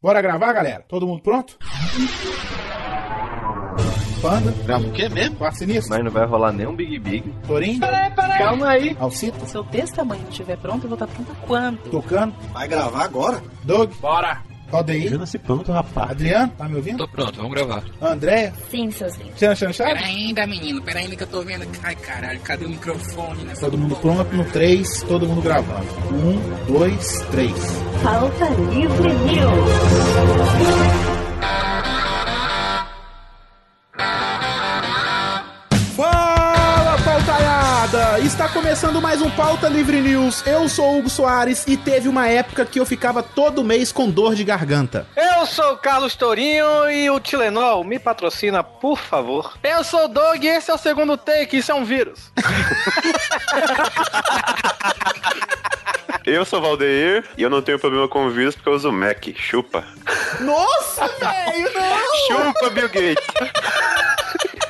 Bora gravar, galera? Todo mundo pronto? Panda, Grava o quê mesmo? quarto sinistro, Mas não vai rolar nem um Big Big. Torinho, Calma aí. Alcito, Se o texto amanhã não estiver pronto, eu vou estar pronta quando? Tocando, Vai gravar agora? Doug, bora! Aldeir, Jana se pronto, rapaz. Adriano, tá me ouvindo? Tô pronto, vamos gravar. Andréia, Sim, seus lindos. Chan Chan Chan? Pera ainda, menino, pera ainda que eu tô vendo. Ai, caralho, cadê o microfone né? nessa Todo mundo pronto, no 3, todo mundo gravando. 1, 2, 3. Falta Livre News. Fala, pautaiada! Está começando mais um Pauta Livre News. Eu sou o Hugo Soares e teve uma época que eu ficava todo mês com dor de garganta. Eu sou o Carlos Tourinho e o Tilenol me patrocina, por favor. Eu sou o Doug e esse é o segundo take, isso é um vírus. Eu sou o Valdeir e eu não tenho problema com vírus porque eu uso Mac. Chupa. Nossa, velho! Chupa, Bill Gates.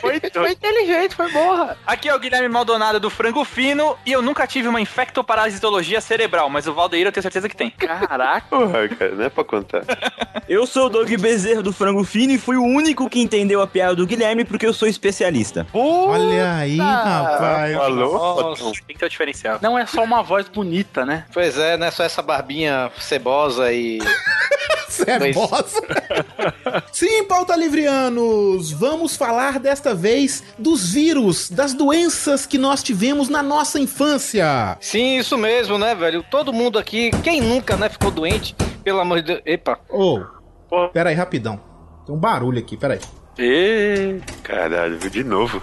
Foi, Então, foi inteligente, foi borra. Aqui é o Guilherme Maldonado do Frango Fino e eu nunca tive uma infectoparasitologia cerebral, mas o Valdeir eu tenho certeza que tem. Caraca. Porra, cara, não é pra contar. Eu sou o Doug Bezerro do Frango Fino e fui o único que entendeu a piada do Guilherme porque eu sou especialista. Olha aí, rapaz. Alô? Nossa, Otão? tem que ter o diferencial. Não é só uma voz bonita, né? Pois é, não é só essa barbinha cebosa e. Cebosa. é Sim, pauta livrianos, vamos falar desta vez dos vírus, das doenças que nós tivemos na nossa infância. Sim, isso mesmo, né, velho? Todo mundo aqui, quem nunca, né, ficou doente, pelo amor de Deus. Epa, Ô, Pô. pera aí, rapidão. Tem um barulho aqui, pera aí. Ê, Caralho, de novo.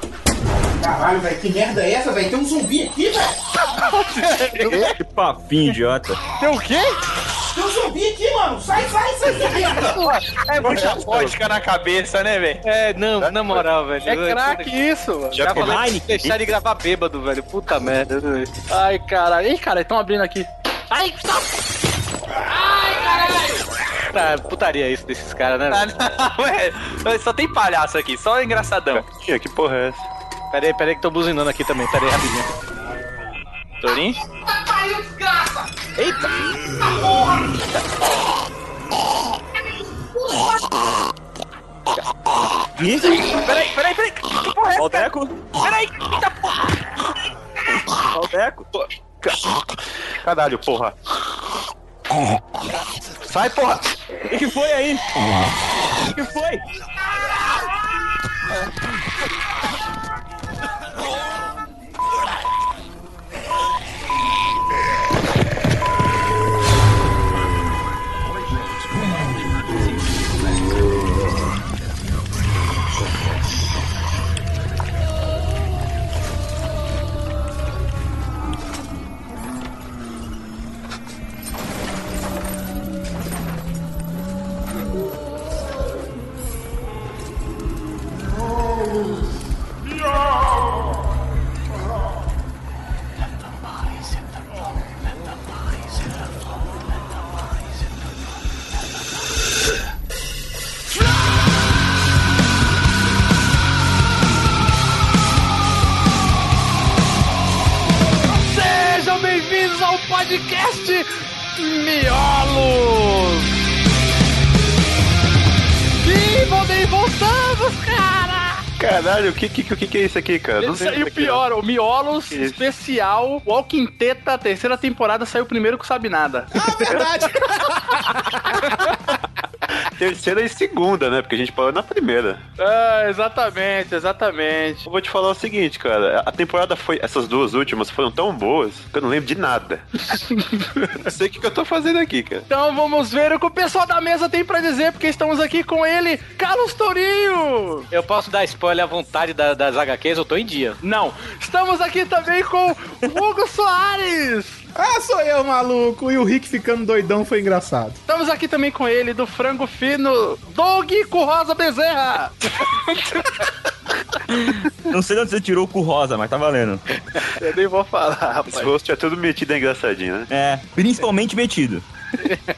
Caralho, velho, que merda é essa, velho? Tem um zumbi aqui, velho. Que papinho idiota. Tem um zumbi aqui, mano. Sai, sai, sai, sai. É muita vodka na cabeça, né, velho? É, não, na moral, velho. É craque isso, mano. Já Já comeu falei Heineken? deixar de gravar bêbado, velho. Puta merda. velho. Ai, caralho. Ih, cara, estão abrindo aqui. Ai, stop! Ai, caralho! Tá, putaria isso desses caras, né? Ah, velho? não, é, só tem palhaço aqui, só engraçadão. Ih, que porra é essa? Pera aí, pera aí que tô buzinando aqui também. Pera aí, rapidinho. Torinho? Isso? Peraí, peraí, peraí. Que porra é essa? cara? Valdeco? Peraí, eita porra. Valdeco? Caralho, porra. Sai, porra! O que que foi aí? O que que foi? Sejam bem-vindos ao podcast Miolos! Sim, voltei, voltamos, cara! Caralho, o que que, o que que é isso aqui, cara? Ele é. sei saiu isso aqui, pior, o Miolos Isso. especial, o Alquinteta, terceira temporada, saiu primeiro que sabe nada. Ah, verdade. não. Terceira e segunda, né? Porque a gente parou na primeira. ah, exatamente, exatamente. Eu vou te falar o seguinte, cara. A temporada foi. Essas duas últimas foram tão boas que eu não lembro de nada. Eu não sei o que, que eu tô fazendo aqui, cara. Então vamos ver o que o pessoal da mesa tem pra dizer, porque estamos aqui com ele, Carlos Tourinho! Eu posso dar spoiler à vontade das HQs, eu tô em dia. Não! Estamos aqui também com Hugo Soares! ah, sou eu, maluco. E o Rick ficando doidão foi engraçado. Estamos aqui também com ele, do Frango Fino, Doug Currosa Bezerra! Não sei de onde você tirou o cu rosa, mas tá valendo. Eu nem vou falar, rapaz. Esse rosto é tudo metido e engraçadinho, né? É, principalmente metido.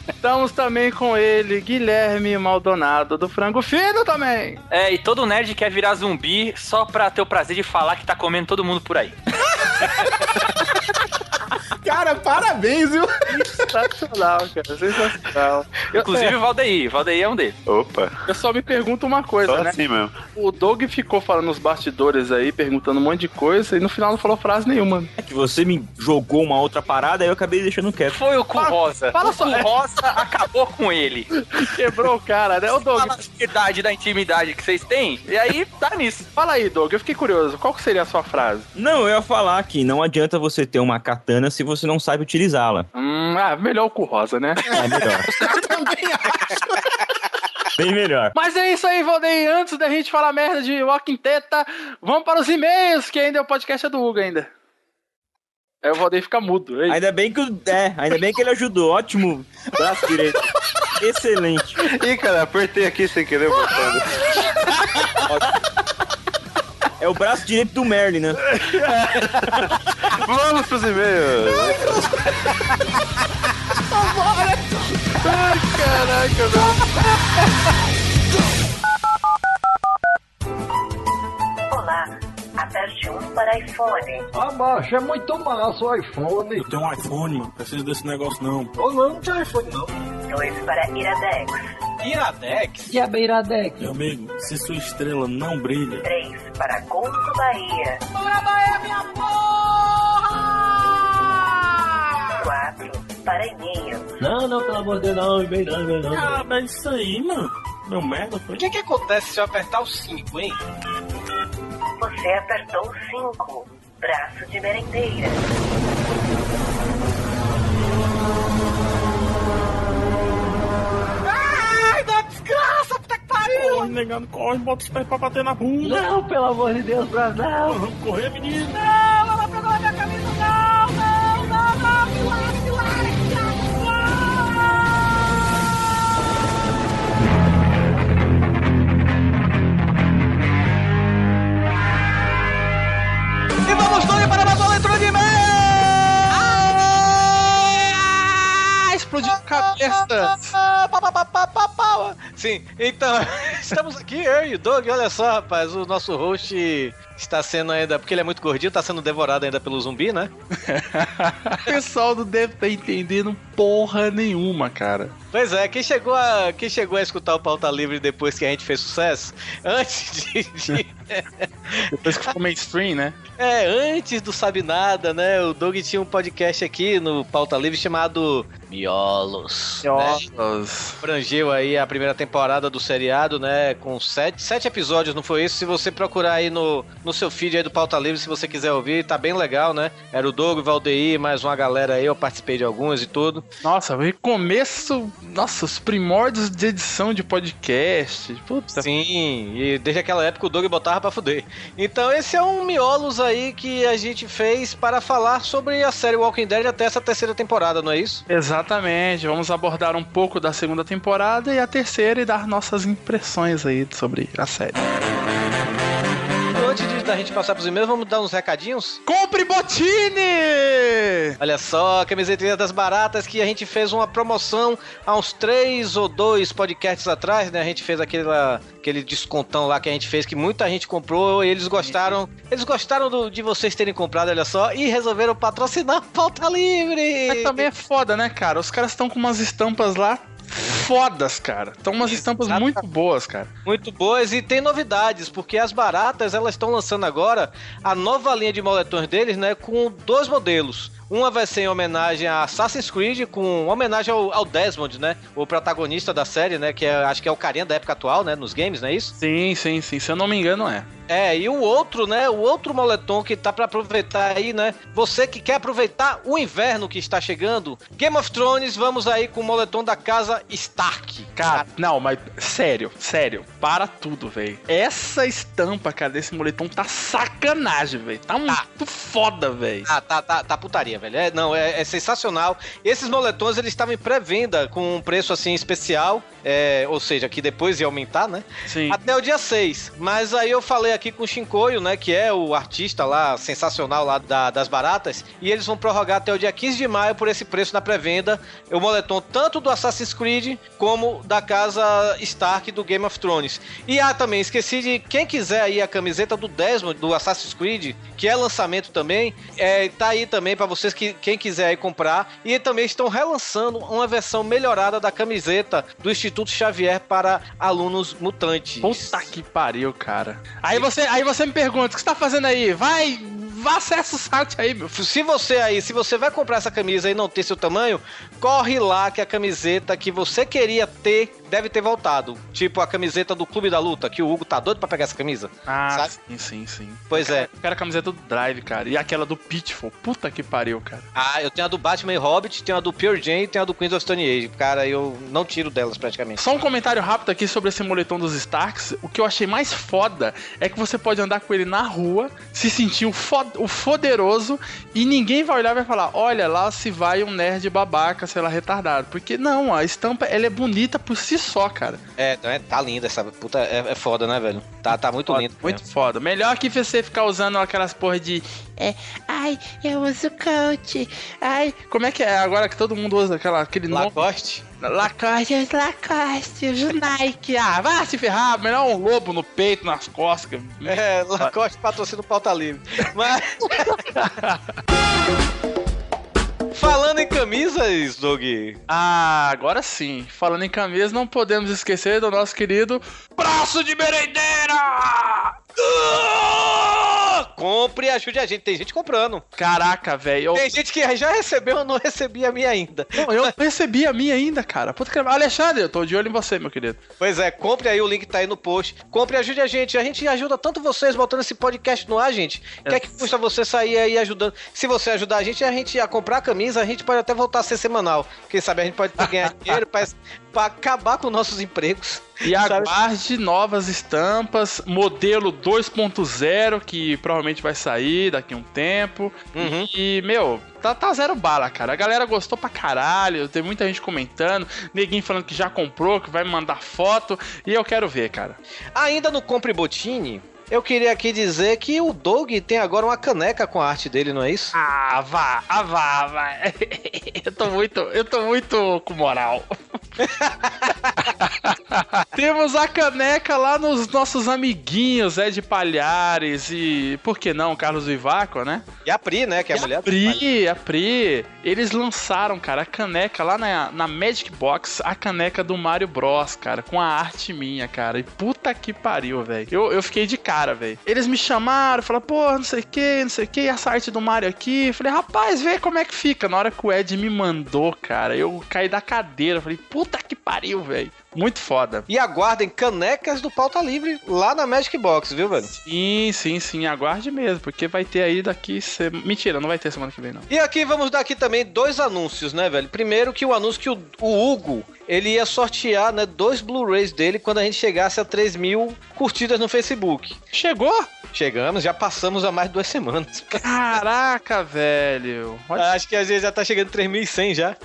Estamos também com ele, Guilherme Maldonado, do Frango Fino também. É, e todo nerd quer virar zumbi só pra ter o prazer de falar que tá comendo todo mundo por aí. Cara, parabéns, viu? Sensacional, cara. Sensacional. Eu- Inclusive é, o Valdeir. Valdeir é um deles. Opa, eu só me pergunto uma coisa, só né? assim mesmo. O Doug ficou falando nos bastidores aí, perguntando um monte de coisa, e no final não falou frase nenhuma. É que você me jogou uma outra parada e eu acabei deixando quieto. Foi o cu Fala- rosa. fala o só- cu rosa acabou com ele. Quebrou o cara, né? Ô, Doug, Fala a verdade da intimidade que vocês têm, e aí tá nisso. fala aí, Doug. Eu fiquei curioso. Qual que seria a sua frase? Não, eu ia falar que não adianta você ter uma katana se você não sabe utilizá-la. Hum, ah, melhor o cu rosa, né? É melhor. Também acho. Bem melhor. Mas é isso aí, Valdeir. Antes da gente falar merda de Walking Teta, vamos para os e-mails, que ainda é o podcast é do Hugo ainda. Aí o Valdeir fica mudo. Aí, Ainda bem que o- é, ainda bem que ele ajudou. Ótimo. Braço direito. Excelente. Ih, cara, apertei aqui sem querer o botão. É o braço direito do Merlin, né? Vamos pros e-mails. Olá, aperte 1 para iPhone. Ah, macho, é muito massa o iPhone. Tem um iPhone, mano. Precisa desse negócio não. Ou não, não tem iPhone, não. 2 para Iradex. E a Beiradex? Meu amigo, se sua estrela não brilha, 3 para Gol do Bahia. Bora, Bahia, minha porra! 4 para e-mail. Não, não, pelo amor de Deus, não, e-mail não, e-mail não. Ah, mas isso aí, mano. Meu merda foi. que que acontece se eu apertar o 5, hein? Você apertou 5. Braço de merendeira. Corre, negando, corre, bota os pés pra bater na bunda. Não, pelo amor de Deus, Brasil, não. Vamos correr, menino. E vamos todos para mais uma leitura de e-mail! Ah, Explodiu a cabeça! Sim, então, estamos aqui, eu e o Doug, olha só, rapaz, o nosso host está sendo ainda, porque ele é muito gordinho, está sendo devorado ainda pelo zumbi, né? o pessoal não deve estar entendendo porra nenhuma, cara. Pois é, quem chegou a, quem chegou a escutar o Pauta Livre depois que a gente fez sucesso, antes de- de Depois que ficou mainstream, né? É, antes do Sabe Nada, né? O Doug tinha um podcast aqui no Pauta Livre chamado Miolos. Né? Nossa. Abrangeu aí a primeira temporada do seriado, né? Com sete, sete episódios, não foi isso? Se você procurar aí no, no seu feed aí do Pauta Livre, se você quiser ouvir, tá bem legal, né? Era o Doug, o Valdeir, mais uma galera aí, eu participei de alguns e tudo. Nossa, o começo. Nossa, os primórdios de edição de podcast. Puta. Sim, e desde aquela época o Doug botava pra fuder. Então esse é um miolos aí que a gente fez para falar sobre a série Walking Dead até essa terceira temporada, não é isso? Exatamente, vamos abordar um pouco da segunda temporada e a terceira e dar nossas impressões aí sobre a série. Então, Antes de, da gente passar pros e-mails, vamos dar uns recadinhos? Compre Botini! Olha só, a camisetinha das baratas que a gente fez uma promoção há uns três ou dois podcasts atrás, né? A gente fez aquela, aquele descontão lá que a gente fez, que muita gente comprou e eles gostaram. Eles gostaram do- de vocês terem comprado, olha só, e resolveram patrocinar a pauta livre! Mas também é foda, né, cara? Os caras estão com umas estampas lá fodas, cara. Estão umas estampas Exatamente. muito boas, cara. Muito boas e tem novidades, porque as baratas elas estão lançando agora a nova linha de moletões deles, né, com dois modelos. Uma vai ser em homenagem a Assassin's Creed, com homenagem ao, ao Desmond, né, o protagonista da série, né, que é- acho que é o carinha da época atual, né, nos games, não é isso? Sim, sim, sim. Se eu não me engano, é. É, e o outro, né? O outro moletom que tá pra aproveitar aí, né? Você que quer aproveitar o inverno que está chegando. Game of Thrones, vamos aí com o moletom da casa Stark. Cara, não, mas sério, sério, para tudo, velho. Essa estampa, cara, desse moletom tá sacanagem, velho. Tá muito foda, velho. Ah, tá, tá, tá putaria, velho. É, não, é, é sensacional. Esses moletons, eles estavam em pré-venda com um preço, assim, especial. é, ou seja, que depois ia aumentar, né? Sim. Até o dia 6. Mas aí eu falei aqui com o Shinkoio, né? Que é o artista lá, sensacional lá da- das baratas. E eles vão prorrogar até o dia 15 de maio por esse preço na pré-venda. O moletom tanto do Assassin's Creed como da casa Stark do Game of Thrones. E ah, também esqueci de quem quiser aí a camiseta do Desmond, do Assassin's Creed, que é lançamento também. É, tá aí também pra você Vocês que quem quiser aí comprar. E também estão relançando uma versão melhorada da camiseta do Instituto Xavier para alunos mutantes. Puta que pariu, cara. Aí você, aí você me pergunta, o que você tá fazendo aí? Vai, vá acessa o site aí, meu filho. Se você aí, se você vai comprar essa camisa e não tem seu tamanho, corre lá que a camiseta que você queria ter deve ter voltado. Tipo a camiseta do Clube da Luta, que o Hugo tá doido pra pegar essa camisa. Ah, Sabe? sim, sim, sim. Pois é. Eu quero a camiseta do Drive, cara. E aquela do Pitfall. Puta que pariu, cara. Ah, eu tenho a do Batman e Hobbit, tenho a do Pure Jane e tenho a do Queens of Stone Age. Cara, eu não tiro delas praticamente. Só um comentário rápido aqui sobre esse moletom dos Starks. O que eu achei mais foda é que você pode andar com ele na rua, se sentir o, fo o foderoso e ninguém vai olhar e vai falar: olha lá se vai um nerd babaca, sei lá, retardado. Porque não, a estampa ela é bonita por si só, cara. É, não é- tá linda essa puta, é, é foda, né, velho? Tá, tá muito Foda, lindo. muito foda. Melhor que você ficar usando aquelas porra de. É, ai, eu uso coach. Ai. Como é que é agora que todo mundo usa aquela, aquele nome? Lacoste? Lacoste, os Lacoste, os Nike. Ah, vá se ferrar, melhor um lobo no peito, nas costas. É, Lacoste patrocina o pauta livre. Mas. Falando em camisas, Doug. Ah, agora sim. Falando em camisas, não podemos esquecer do nosso querido braço de merendeira! Compre e ajude a gente. Tem gente comprando. Caraca, velho. Tem gente que já recebeu, eu não recebi a minha ainda. Eu, eu não recebi a minha ainda, cara. Puta que... Alexandre, eu tô de olho em você, meu querido. Pois é, compre aí, o link tá aí no post. Compre e ajude a gente. A gente ajuda tanto vocês botando esse podcast no ar, gente. O que é que custa você sair aí ajudando? Se você ajudar a gente, a gente a comprar a camisa, a gente pode até voltar a ser semanal. Quem sabe a gente pode ganhar dinheiro pra, pra acabar com nossos empregos. E Sabe? aguarde novas estampas, modelo 2.0, que provavelmente vai sair daqui a um tempo. Uhum. E, meu, tá, tá zero bala, cara. A galera gostou pra caralho, tem muita gente comentando, neguinho falando que já comprou, que vai mandar foto, e eu quero ver, cara. Ainda no Compre Botini, eu queria aqui dizer que o Doug tem agora uma caneca com a arte dele, não é isso? Ah, vá, ah, vá, vá. Eu tô muito, eu tô muito com moral. Temos a caneca lá nos nossos amiguinhos, Ed Palhares e, por que não, Carlos Vivaco, né? E a Pri, né? Que é a mulher. do Pri, a Pri, eles lançaram, cara, a caneca lá na, na Magic Box, a caneca do Mario Bros, cara, com a arte minha, cara. E puta que pariu, velho. Eu, eu fiquei de cara, velho. Eles me chamaram, falaram, pô, não sei o que, não sei o que, essa arte do Mario aqui. Eu falei, rapaz, vê como é que fica. Na hora que o Ed me mandou, cara, eu caí da cadeira. Falei, puta que pariu, velho. Muito foda. E aguardem canecas do Pauta Livre lá na Magic Box, viu, velho? Sim, sim, sim, aguarde mesmo, porque vai ter aí daqui. Se... Mentira, não vai ter semana que vem, não. E aqui vamos dar aqui também dois anúncios, né, velho? Primeiro que o anúncio que o, o Hugo, ele ia sortear, né, dois Blu-rays dele quando a gente chegasse a 3 mil curtidas no Facebook. Chegou? Chegamos, já passamos a mais de duas semanas. Caraca, velho. Olha Acho que às vezes já tá chegando em 3.100 já.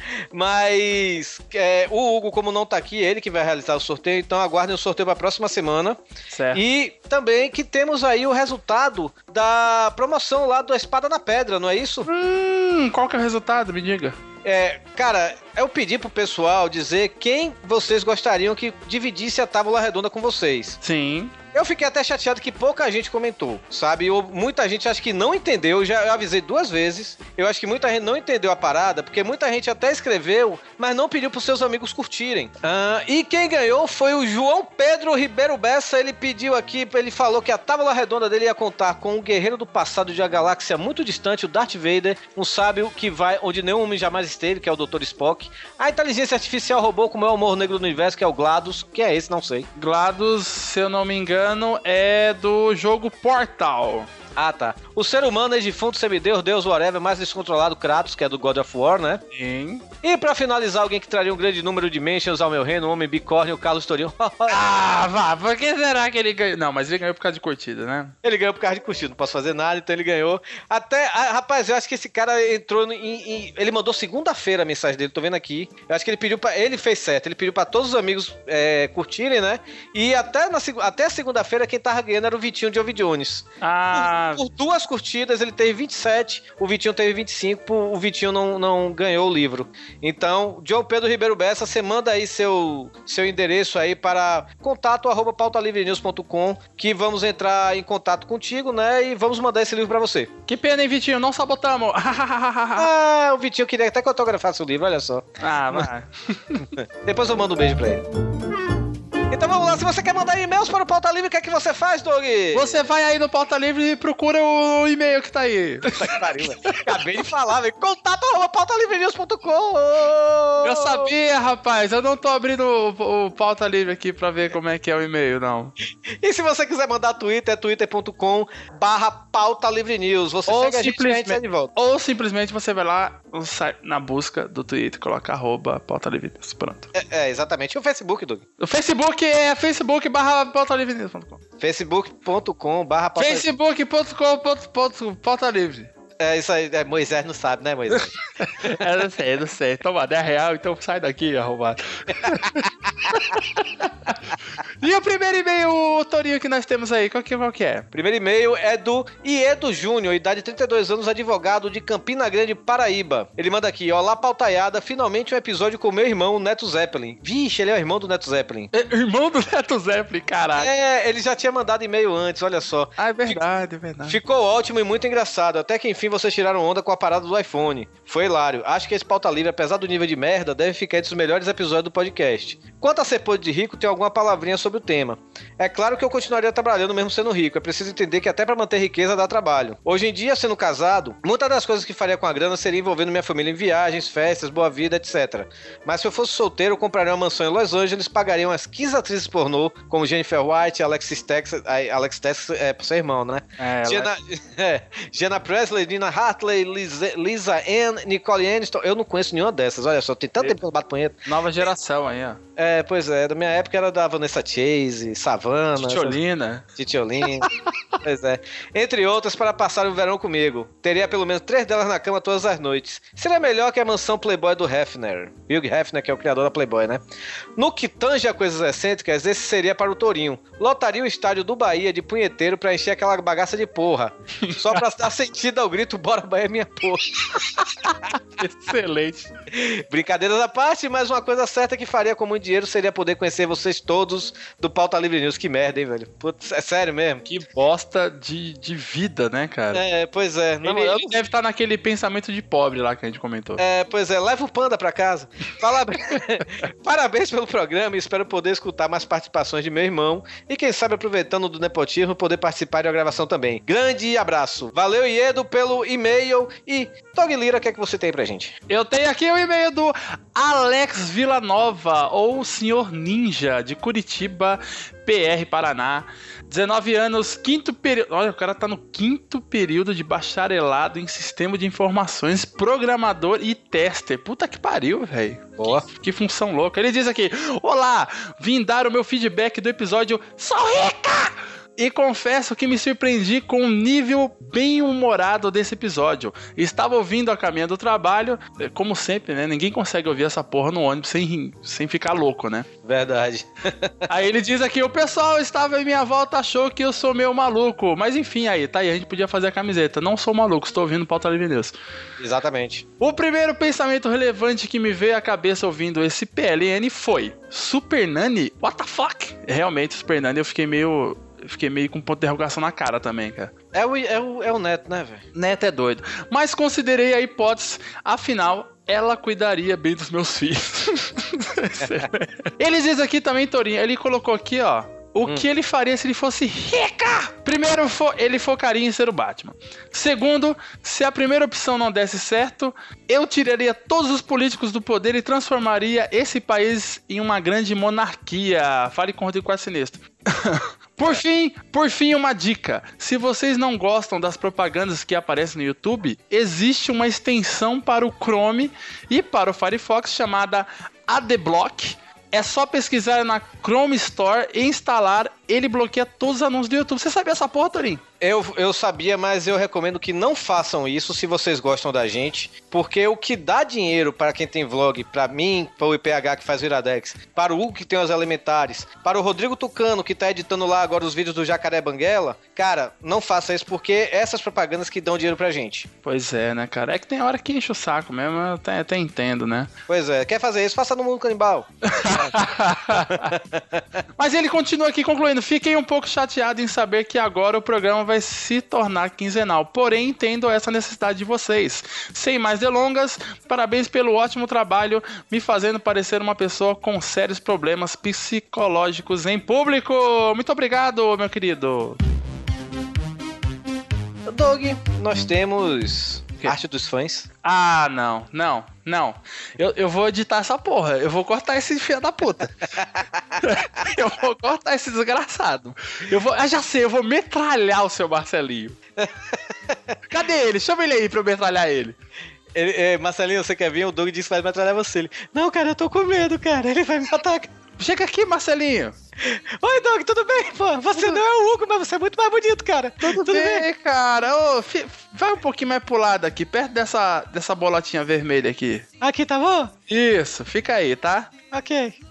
Mas é, o Hugo, como não tá aqui, ele que vai realizar o sorteio, então aguardem o sorteio pra próxima semana. Certo. E também que temos aí o resultado da promoção lá do Espada na Pedra, não é isso? Hum, qual que é o resultado? Me diga. É, cara, eu pedi pro pessoal dizer quem vocês gostariam que dividisse a tábua redonda com vocês. Sim. Eu fiquei até chateado que pouca gente comentou, sabe? Ou muita gente acho que não entendeu, já eu avisei duas vezes. Eu acho que muita gente não entendeu a parada, porque muita gente até escreveu, mas não pediu pros seus amigos curtirem. Ah, e quem ganhou foi o João Pedro Ribeiro Bessa. Ele pediu aqui, ele falou que a tábua redonda dele ia contar com um guerreiro do passado de uma galáxia muito distante, o Darth Vader, um sábio que vai onde nenhum homem jamais esteve, que é o Dr. Spock. A inteligência artificial roubou com o maior humor negro do universo, que é o GLaDOS, que é esse, não sei. GLaDOS, se eu não me engano, é do jogo Portal. Ah, tá. O ser humano é defunto, semideus, deus, whatever, mais descontrolado, Kratos, que é do God of War, né? Sim. E pra finalizar, alguém que traria um grande número de mentions ao meu reino, o homem bicórnio, o Carlos Torinho. Ah, vá, por que será que ele ganhou? Não, mas ele ganhou por causa de curtida, né? ele ganhou por causa de curtido, não posso fazer nada, então ele ganhou. Até, ah, rapaz, eu acho que esse cara entrou no- em, em- ele mandou segunda-feira a mensagem dele, tô vendo aqui. Eu acho que ele pediu pra. ele fez certo, ele pediu pra todos os amigos é, curtirem, né? E até, na, seg- até segunda-feira quem tava ganhando era o Vitinho de Ovidones. Ah. Por duas curtidas ele teve 27, o Vitinho teve 25, o Vitinho não, não ganhou o livro. Então, João Pedro Ribeiro Bessa, você manda aí seu, seu endereço aí para contato arroba pautalivrenews.com que vamos entrar em contato contigo, né? E vamos mandar esse livro para você. Que pena, hein, Vitinho? Não sabotamos. ah, o Vitinho queria até que eu autografasse o livro, olha só. Ah, vai. Depois eu mando um beijo pra ele. Então vamos lá, se você quer mandar e-mails para o Pauta Livre, o que é que você faz, Doug? Você vai aí no Pauta Livre e procura o e-mail que tá aí. Acabei de falar, velho. Contato arroba pautalivrenews.com Eu sabia, rapaz. Eu não tô abrindo o, o pauta livre aqui pra ver como é que é o e-mail, não. E se você quiser mandar Twitter, é twitter.com barra pauta livre news. Você Ou segue a gente, que a gente simplesmente- sai de volta. Ou simplesmente você vai lá no site- na busca do Twitter, coloca arroba pauta livre. News. Pronto. É, é, exatamente. E o Facebook, Doug? O Facebook é facebook barra pauta livre. news ponto com. facebook.com barra pauta livre. facebook.com ponto- ponto- pauta livre. É isso aí, é, Moisés não sabe, né, Moisés? Eu É, não sei, eu não sei. Toma, 10 real, então sai daqui, arrombado. e o primeiro e-mail, Torinho, que nós temos aí? Qual que, qual que é? Primeiro e-mail é do Iedo Júnior, idade 32 anos, advogado de Campina Grande, Paraíba. Ele manda aqui, olá pautaiada, finalmente um episódio com meu irmão, o Neto Zeppelin. Vixe, ele é o irmão do Neto Zeppelin. É, Irmão do Neto Zeppelin, caralho. É, ele já tinha mandado e-mail antes, olha só. Ah, é verdade, é verdade. Ficou ótimo e muito engraçado. Até que enfim vocês tiraram onda com a parada do iPhone. Foi hilário. Acho que esse pauta livre, apesar do nível de merda, deve ficar entre os melhores episódios do podcast. Quanto a ser podre de rico, tem alguma palavrinha sobre o tema. É claro que eu continuaria trabalhando mesmo sendo rico. É preciso entender que até pra manter riqueza dá trabalho. Hoje em dia, sendo casado, muitas das coisas que faria com a grana seria envolvendo minha família em viagens, festas, boa vida, etc. Mas se eu fosse solteiro, eu compraria uma mansão em Los Angeles, pagaria umas 15 atrizes pornô, como Jennifer White, Alexis Texas, ai, Alex Texas é pro seu irmão, né? É, Jenna, é, Jenna Presley, Dina Hartley, Lisa, Lisa Ann, Nicole Aniston. Eu não conheço nenhuma dessas. Olha só, tem tanto tempo que eu não bato punheta. nova geração aí, ó. É, pois é, da minha época era da Vanessa Chase, Savannah, Titiolina. Titiolin. pois é. Entre outras, para passar o verão comigo. Teria pelo menos três delas na cama todas as noites. Seria melhor que a mansão Playboy do Hefner. Hugh Hefner, que é o criador da Playboy, né? No que tange a coisas excêntricas, esse seria para o Torinho. Lotaria o estádio do Bahia de punheteiro para encher aquela bagaça de porra. Só para dar sentido ao grito, bora Bahia minha porra. Excelente. Brincadeiras à parte, mas uma coisa certa que faria com muito dinheiro seria poder conhecer vocês todos do Pauta Livre News. Que merda, hein, velho? Putz, é sério mesmo? Que bosta de, de vida, né, cara? É, pois é. Na ele, moral, ele deve estar naquele pensamento de pobre lá que a gente comentou. É, pois é, leva o panda pra casa. Fala- Parabéns pelo programa e espero poder escutar mais participações de meu irmão e quem sabe aproveitando do nepotismo poder participar de uma gravação também. Grande abraço. Valeu Iedo pelo e-mail e Tog Lira, o que é que você tem pra gente? Eu tenho aqui o e-mail do Alex Villanova, ou Senhor Ninja, de Curitiba, PR, Paraná. 19 anos, quinto período. Olha, o cara tá no quinto período de bacharelado em sistema de informações, programador e tester. Puta que pariu, velho. Ó. Que função louca. Ele diz aqui: Olá, vim dar o meu feedback do episódio Sou Rica! E confesso que me surpreendi com o nível bem humorado desse episódio. Estava ouvindo a caminho do trabalho, eh, como sempre, né? Ninguém consegue ouvir essa porra no ônibus sem, rir- sem ficar louco, né? Verdade. Aí ele diz aqui: o pessoal estava em minha volta, achou que eu sou meio maluco. Mas enfim, aí, tá aí, a gente podia fazer a camiseta. Não sou maluco, estou ouvindo pauta livre News. Exatamente. O primeiro pensamento relevante que me veio à cabeça ouvindo esse PLN foi: Super Nani? What the fuck? Realmente, Super Nani, eu fiquei meio. eu Fiquei meio com um ponto de interrogação na cara também, cara. É o, é o, é o Neto, né, velho? Neto é doido. Mas considerei a hipótese, afinal, ela cuidaria bem dos meus filhos. ele diz aqui também, Torinho, ele colocou aqui, ó. O que ele faria se ele fosse rica? Primeiro, fo- ele focaria em ser o Batman. Segundo, se a primeira opção não desse certo, eu tiraria todos os políticos do poder e transformaria esse país em uma grande monarquia. Fale com o Rodrigo Quase Sinistro. Por fim, por fim, uma dica. Se vocês não gostam das propagandas que aparecem no YouTube, existe uma extensão para o Chrome e para o Firefox chamada AdBlock. É só pesquisar na Chrome Store e instalar, ele bloqueia todos os anúncios do YouTube. Você sabia essa porra, Torin? Eu, eu sabia, mas eu recomendo que não façam isso se vocês gostam da gente, porque o que dá dinheiro para quem tem vlog, para mim, para o IPH que faz Viradex, para o Hugo que tem os elementares, para o Rodrigo Tucano que tá editando lá agora os vídeos do Jacaré Banguela, cara, não faça isso porque essas propagandas que dão dinheiro pra gente. Pois é, né, cara? É que tem hora que enche o saco mesmo, eu até, até entendo, né? Pois é, quer fazer isso, faça no mundo canibal. Mas ele continua aqui concluindo. Fiquei um pouco chateado em saber que agora o programa vai se tornar quinzenal. Porém, entendo essa necessidade de vocês. Sem mais delongas, parabéns pelo ótimo trabalho, me fazendo parecer uma pessoa com sérios problemas psicológicos em público. Muito obrigado, meu querido. Doug, nós temos arte dos fãs. Ah, não, não, não. Eu, eu vou editar essa porra. Eu vou cortar esse filho da puta. eu vou cortar esse desgraçado. Eu vou. Ah, já sei, eu vou metralhar o seu Marcelinho. Cadê ele? Chama ele aí pra eu metralhar ele. Ele, é, Marcelinho, você quer vir? O Doug disse que vai me atrapalhar você. Ele, não, cara, eu tô com medo, cara. Ele vai me atacar. Chega aqui, Marcelinho. Oi, Doug, tudo bem? Pô, você não é o Hugo, mas você é muito mais bonito, cara. Tudo, bem, cara? Ô, fi- vai um pouquinho mais pro lado aqui, perto dessa, dessa bolotinha vermelha aqui. Aqui, tá bom? Isso, fica aí, tá? Ok.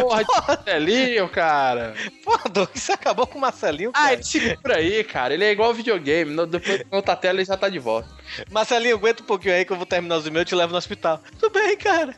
Porra, de Marcelinho, cara. Pô, Doug, você acabou com o Marcelinho, cara. Ah, ele segura aí, cara. Ele é igual videogame. no- Depois na outra tela ele já tá de volta. Marcelinho, aguenta um pouquinho aí que eu vou terminar os e-mails e te levo no hospital. Tudo bem, cara.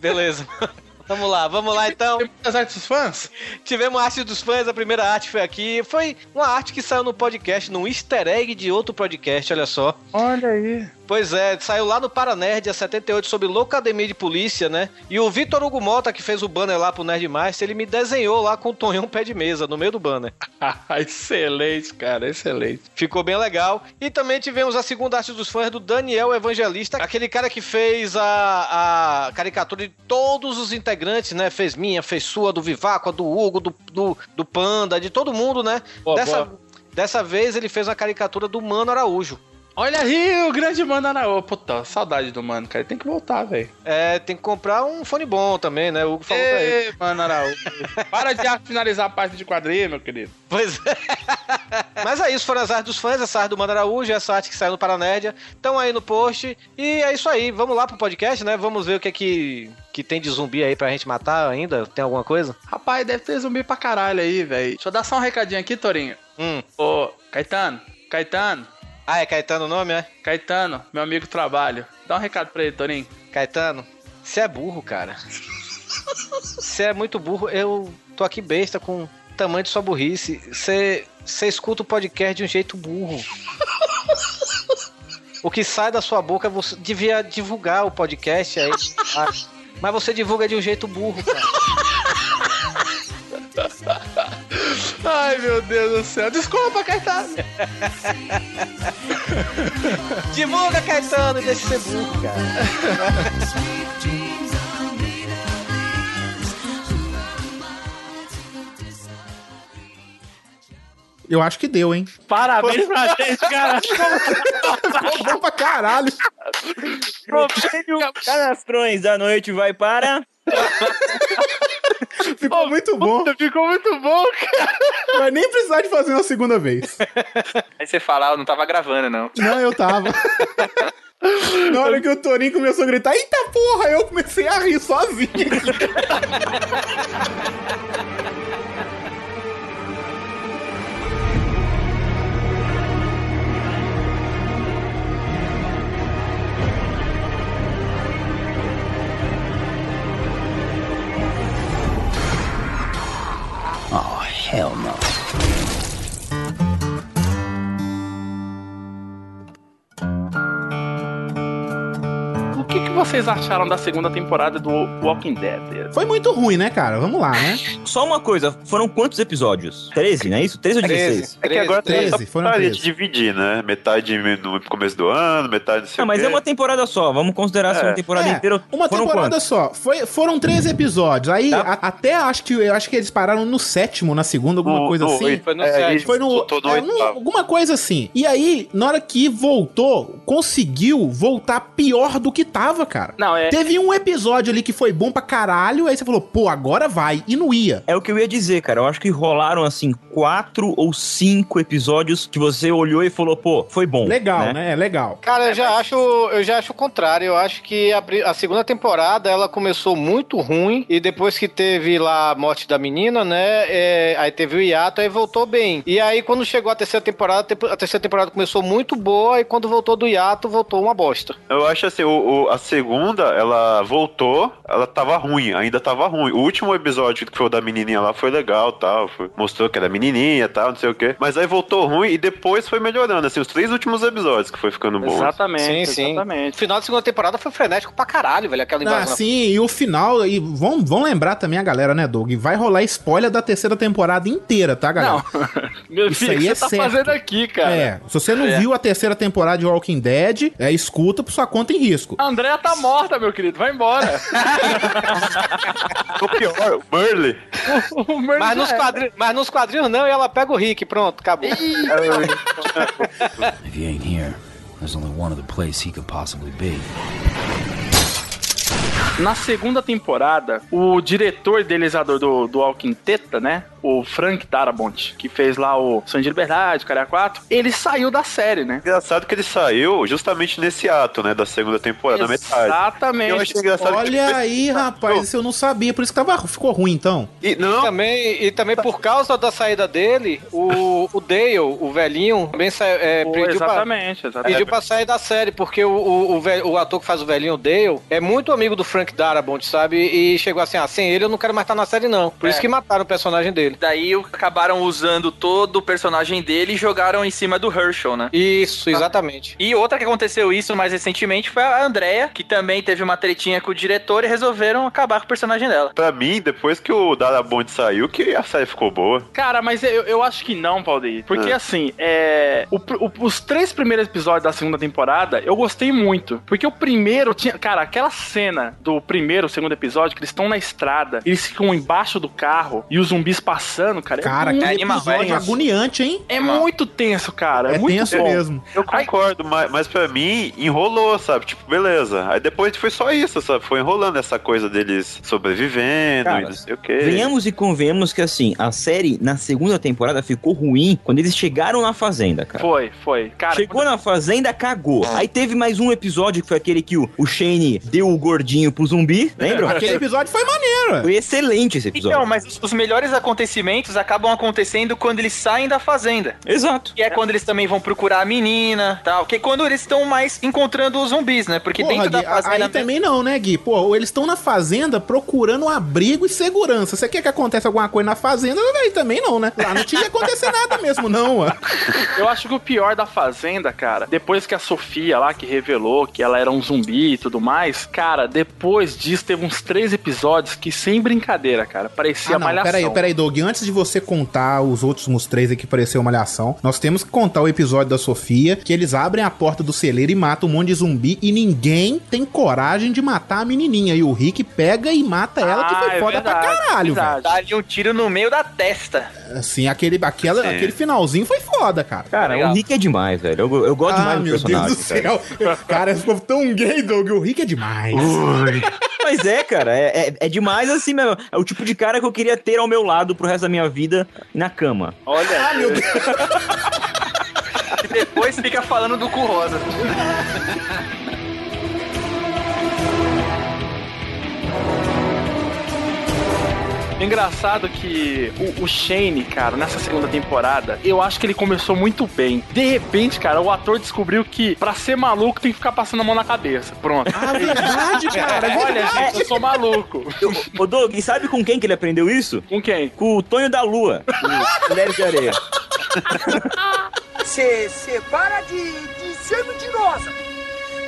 Beleza. vamos lá, vamos lá então. Tem muitas artes dos fãs? Tivemos a arte dos fãs, a primeira arte foi aqui. Foi uma arte que saiu no podcast, num easter egg de outro podcast, olha só. Olha aí. Pois é, saiu lá no Paranerd, a 78, sobre Loucademia de Polícia, né? E o Vitor Hugo Mota, que fez o banner lá pro Nerdmaster, ele me desenhou lá com o Tonhão Pé de Mesa, no meio do banner. excelente, cara, excelente. Ficou bem legal. E também tivemos a segunda arte dos fãs do Daniel Evangelista, aquele cara que fez a, a caricatura de todos os integrantes, né? Fez minha, fez sua, do Vivaco, a do Hugo, do, do, do Panda, de todo mundo, né? Boa, dessa, dessa vez ele fez a caricatura do Mano Araújo. Olha aí, o grande mano Araô. Puta, saudade do mano, cara. Ele Tem que voltar, velho. É, tem que comprar um fone bom também, né? O Hugo falou pra ele. Ê, mano Araô. Para de finalizar a parte de quadrinho, meu querido. Pois é. Mas é isso, foram as artes dos fãs, essa arte do Mano Araújo, essa arte que saiu no Paranédia. Estão aí no post. E é isso aí, vamos lá pro podcast, né? Vamos ver o que é que, que tem de zumbi aí pra gente matar ainda. Tem alguma coisa? Rapaz, deve ter zumbi pra caralho aí, velho. Deixa eu dar só um recadinho aqui, Torinho. Hum. Ô, Caetano, Caetano, Ah, é Caetano o nome, é? Caetano, meu amigo do trabalho. Dá um recado pra ele, Torinho. Caetano, você é burro, cara. Você é muito burro. Eu tô aqui besta com o tamanho de sua burrice. Você você escuta o podcast de um jeito burro. O que sai da sua boca, você devia divulgar o podcast aí. tá? Mas você divulga de um jeito burro, cara. Ai, meu Deus do céu. Desculpa, Caetano. Divulga, Caetano, e deixa de ser burro, cara. Eu acho que deu, hein? Parabéns pra gente, cara. Ficou bom pra caralho. Promênio Canastrões da noite vai para. Ficou muito bom. Ficou muito bom, cara. Não vai nem precisar de fazer uma segunda vez. Aí você fala, ah, eu não tava gravando, não. Não, eu tava. Na hora que o Torinho começou a gritar, eita porra, eu comecei a rir sozinho. O que, que vocês acharam da segunda temporada do Walking Dead? Foi muito ruim, né, cara? Vamos lá, né? Só uma coisa, foram quantos episódios? 13, não é isso? 13 ou 16? É que agora tem 13, essa foram pra 13. gente dividir, né? Metade no começo do ano, metade no Não, Ah, seu. mas quê. é uma temporada só. Vamos considerar se é uma É. temporada É, inteira. Uma foram temporada só. Foi, foram três episódios. Aí, Tá. a- até acho que, eu acho que eles pararam no sétimo, na segunda, alguma No- coisa no assim. oito. Foi no É, sétimo. isso. Foi no. Voltou no é, oitavo. num- alguma coisa assim. E aí, na hora que voltou, conseguiu voltar pior do que tava, cara. Não, é- Teve um episódio ali que foi bom pra caralho, aí você falou, pô, agora vai. E não ia. É o que eu ia dizer, cara. Eu acho que rolaram, assim, quatro ou cinco episódios que você olhou e falou, pô, foi bom. Legal, né? É legal. Cara, eu já, acho, eu já acho o contrário. Eu acho que a, pri- a segunda temporada ela começou muito ruim e depois que teve lá a morte da menina, né? é, aí teve o hiato, aí voltou bem. E aí quando chegou a terceira temporada, te- a terceira temporada começou muito boa e quando voltou do hiato, voltou uma bosta. Eu acho assim, o, o- a segunda, ela voltou, ela tava ruim, ainda tava ruim. O último episódio que foi o da menininha lá foi legal, tal, foi- mostrou que era menininha, tal, não sei o quê. Mas aí voltou ruim e depois foi melhorando, assim, os três últimos episódios que foi ficando bom. Sim, sim. O final da segunda temporada foi frenético pra caralho, velho. Aquela Ah, invasão. sim, e o final, e vão, vão lembrar também a galera, né, Doug? Vai rolar spoiler da terceira temporada inteira, tá, galera? Meu Isso filho, o aí que é você tá certo. fazendo aqui, cara? É, se você não É. viu a terceira temporada de Walking Dead, é, escuta por sua conta em risco. A Andrea tá morta, meu querido. Vai embora. o pior, o Burley. Mas é nos, quadri... Mas nos quadrinhos não, e ela pega o Rick, pronto, acabou. If he ain't here, there's only one other place he could possibly be. Na segunda temporada, o diretor e idealizador do, do Alquinteta, né? O Frank Darabont, que fez lá o Sonho de Liberdade, o Cara 4, ele saiu da série, né? Engraçado que ele saiu justamente nesse ato, né, da segunda é temporada, na metade. Exatamente. Eu achei engraçado que, Olha tipo, aí, rapaz, isso eu não sabia, por isso que tava, ficou ruim, então. E, também, e também por causa da saída dele, o, o Dale, o velhinho, também sa- é, Pô, pediu, exatamente, pra, É. exatamente. pediu É, pra sair da série, porque o, o, o ve- o ator que faz o velhinho, o Dale, é muito amigo do Frank Darabont, sabe? E chegou assim, ah, sem ele eu não quero mais estar na série não. Por É. isso que mataram o personagem dele. Daí acabaram usando todo o personagem dele e jogaram em cima do Herschel, né? Isso, exatamente. E outra que aconteceu isso mais recentemente foi a Andrea, que também teve uma tretinha com o diretor e resolveram acabar com o personagem dela. Pra mim, depois que o Darabont saiu, que a série ficou boa. Cara, mas eu, eu acho que não, Valdeir. Porque Ah. assim, é. o pr- o- os três primeiros episódios da segunda temporada eu gostei muito. Porque o primeiro tinha. Cara, aquela cena do primeiro, segundo episódio, que eles estão na estrada, eles ficam embaixo do carro e os zumbis passando, É cara. Cara, muito que episódio né? tenso. agoniante, hein? É muito tenso, cara. É, É muito tenso bom. mesmo. Eu concordo, mas, mas pra mim enrolou, sabe? Tipo, beleza. Aí depois foi só isso, sabe? Foi enrolando essa coisa deles sobrevivendo Cara, e não sei o quê. É. Venhamos e convenhamos que, assim, a série na segunda temporada ficou ruim quando eles chegaram na Fazenda, cara. Foi, foi. Cara, É. Chegou na fazenda, cagou. Aí teve mais um episódio que foi aquele que o, o Shane deu o gordinho pro zumbi, lembra? Aquele episódio foi maneiro. Foi excelente esse episódio. Então, mas os- os melhores acontecimentos acabam acontecendo quando eles saem da fazenda. Exato. Que é quando eles também vão procurar a menina, tal. Que é quando eles estão mais encontrando os zumbis, né? Porque Porra, dentro da Gui, a- aí fazenda também não, né, Gui? Pô, eles estão na fazenda procurando um abrigo e segurança. Você quer que aconteça alguma coisa na fazenda? Aí também não, né? Lá não tinha que acontecer nada mesmo, não. ó. Eu acho que o pior da Fazenda, cara, depois que a Sofia lá, que revelou que ela era um zumbi e tudo mais, cara, depois disso teve uns três episódios que, sem brincadeira, cara, parecia Ah, não, malhação. peraí, peraí, Doug. Antes de você contar os últimos três aqui que pareceu malhação, nós temos que contar o episódio da Sofia, que eles abrem a porta do celeiro e matam um monte de zumbi e ninguém tem coragem de matar a menininha. E o Rick pega e mata ela, que Ah, é foi foda pra caralho, velho. Dá ali um tiro no meio da testa. Assim, aquele, aquela, Sim. aquele finalzinho foi foda, tá cara. Cara, o Rick é demais, velho. Eu, eu gosto Ah, demais do personagem. cara. céu. Cara, ficou tão gay, Doug. O Rick é demais. Mas é, cara, é, é, é demais assim mesmo. É o tipo de cara que eu queria ter ao meu lado pro resto da minha vida na cama. Ah, Olha. e depois fica falando do cu rosa. Engraçado que o, o Shane, cara, nessa segunda temporada, eu acho que ele começou muito bem. De repente, cara, o ator descobriu que pra ser maluco tem que ficar passando a mão na cabeça. Pronto. Ah, verdade, cara, é Olha, verdade. gente, eu sou maluco. Eu- Ô, Doug, e sabe com quem que ele aprendeu isso? Com quem? Com o Tonho da Lua, o Mulheres de Areia. Você para de, de ser mentirosa.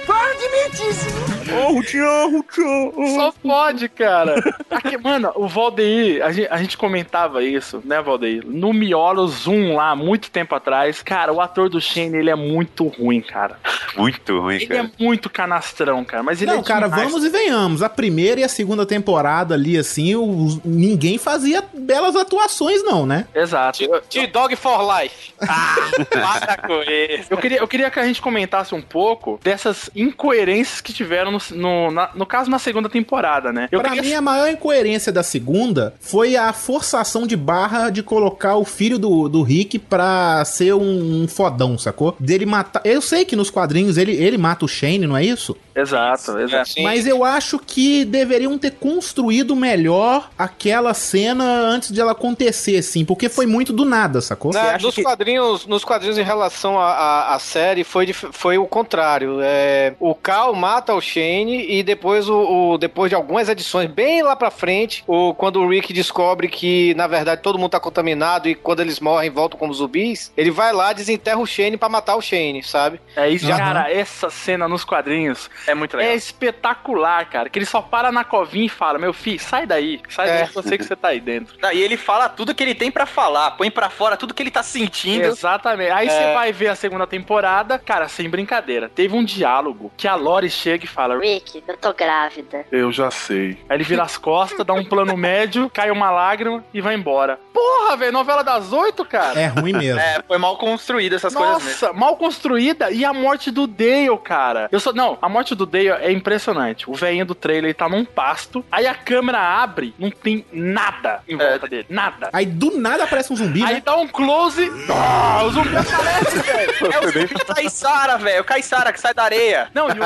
Para de mentir, Oh, te amo, te amo. Só pode, cara. Aqui, mano, o Valdeir, a gen- a gente, comentava isso, né, Valdeir? No Miolos 1 lá, muito tempo atrás, cara, o ator do Shane, ele é muito ruim, cara. Muito ruim, Ele é cara. muito canastrão, cara, mas ele não, é cara, demais. vamos e venhamos. A primeira e a segunda temporada ali, assim, os- ninguém fazia belas atuações, não, né? Exato. T-Dog for Life. Ah, Eu queria, eu queria que a gente comentasse um pouco dessas incoerências que tiveram, no, no, na- no caso, na segunda temporada, né? pra mim, a maior incoerência da segunda foi a forçação de barra de colocar o filho do, do Rick pra ser um, um fodão, sacou? Dele matar. Eu sei que nos quadrinhos ele, ele mata o Shane, não é isso? Exato, É, exato. assim, Mas eu acho que deveriam ter construído melhor aquela cena antes de ela acontecer, assim, porque foi muito do nada, sacou? Na- nos, quadrinhos, nos quadrinhos em relação à- à à série foi, dif- foi o contrário. É, o Cal mata o Shane e depois, o, o- depois de algumas edições, bem lá pra frente, o, quando o Rick descobre que, na verdade, todo mundo tá contaminado e quando eles morrem voltam como zumbis, ele vai lá desenterra o Shane pra matar o Shane, sabe? É isso, Já- cara. Essa cena nos quadrinhos é muito legal. É espetacular, cara. Que ele só para na covinha e fala: Meu filho, sai daí. Sai É. daí, eu sei que você tá aí dentro. Tá, e ele fala tudo que ele tem pra falar, põe pra fora tudo que ele tá sentindo. Exatamente. Aí você É. vai ver a segunda temporada, cara, sem brincadeira. Teve um diálogo que a Lori chega e fala: Rick, eu tô grávida. Eu já sei. Aí ele vira as costas, dá um plano médio, cai uma lágrima e vai embora. Porra, velho, novela das oito, cara. É ruim mesmo. É, foi mal construído essas coisas mesmo. Nossa, mal construída e a morte do Dale, cara. Eu sou. Não, a morte do Dale é impressionante. O velhinho do trailer ele tá num pasto, aí a câmera abre, não tem nada em É. volta dele. Nada. Aí do nada aparece um zumbi, Aí dá um close. Ah, o zumbi aparece, velho. É o zumbi da Caissara, velho. O Caissara que sai da areia. Não, e o...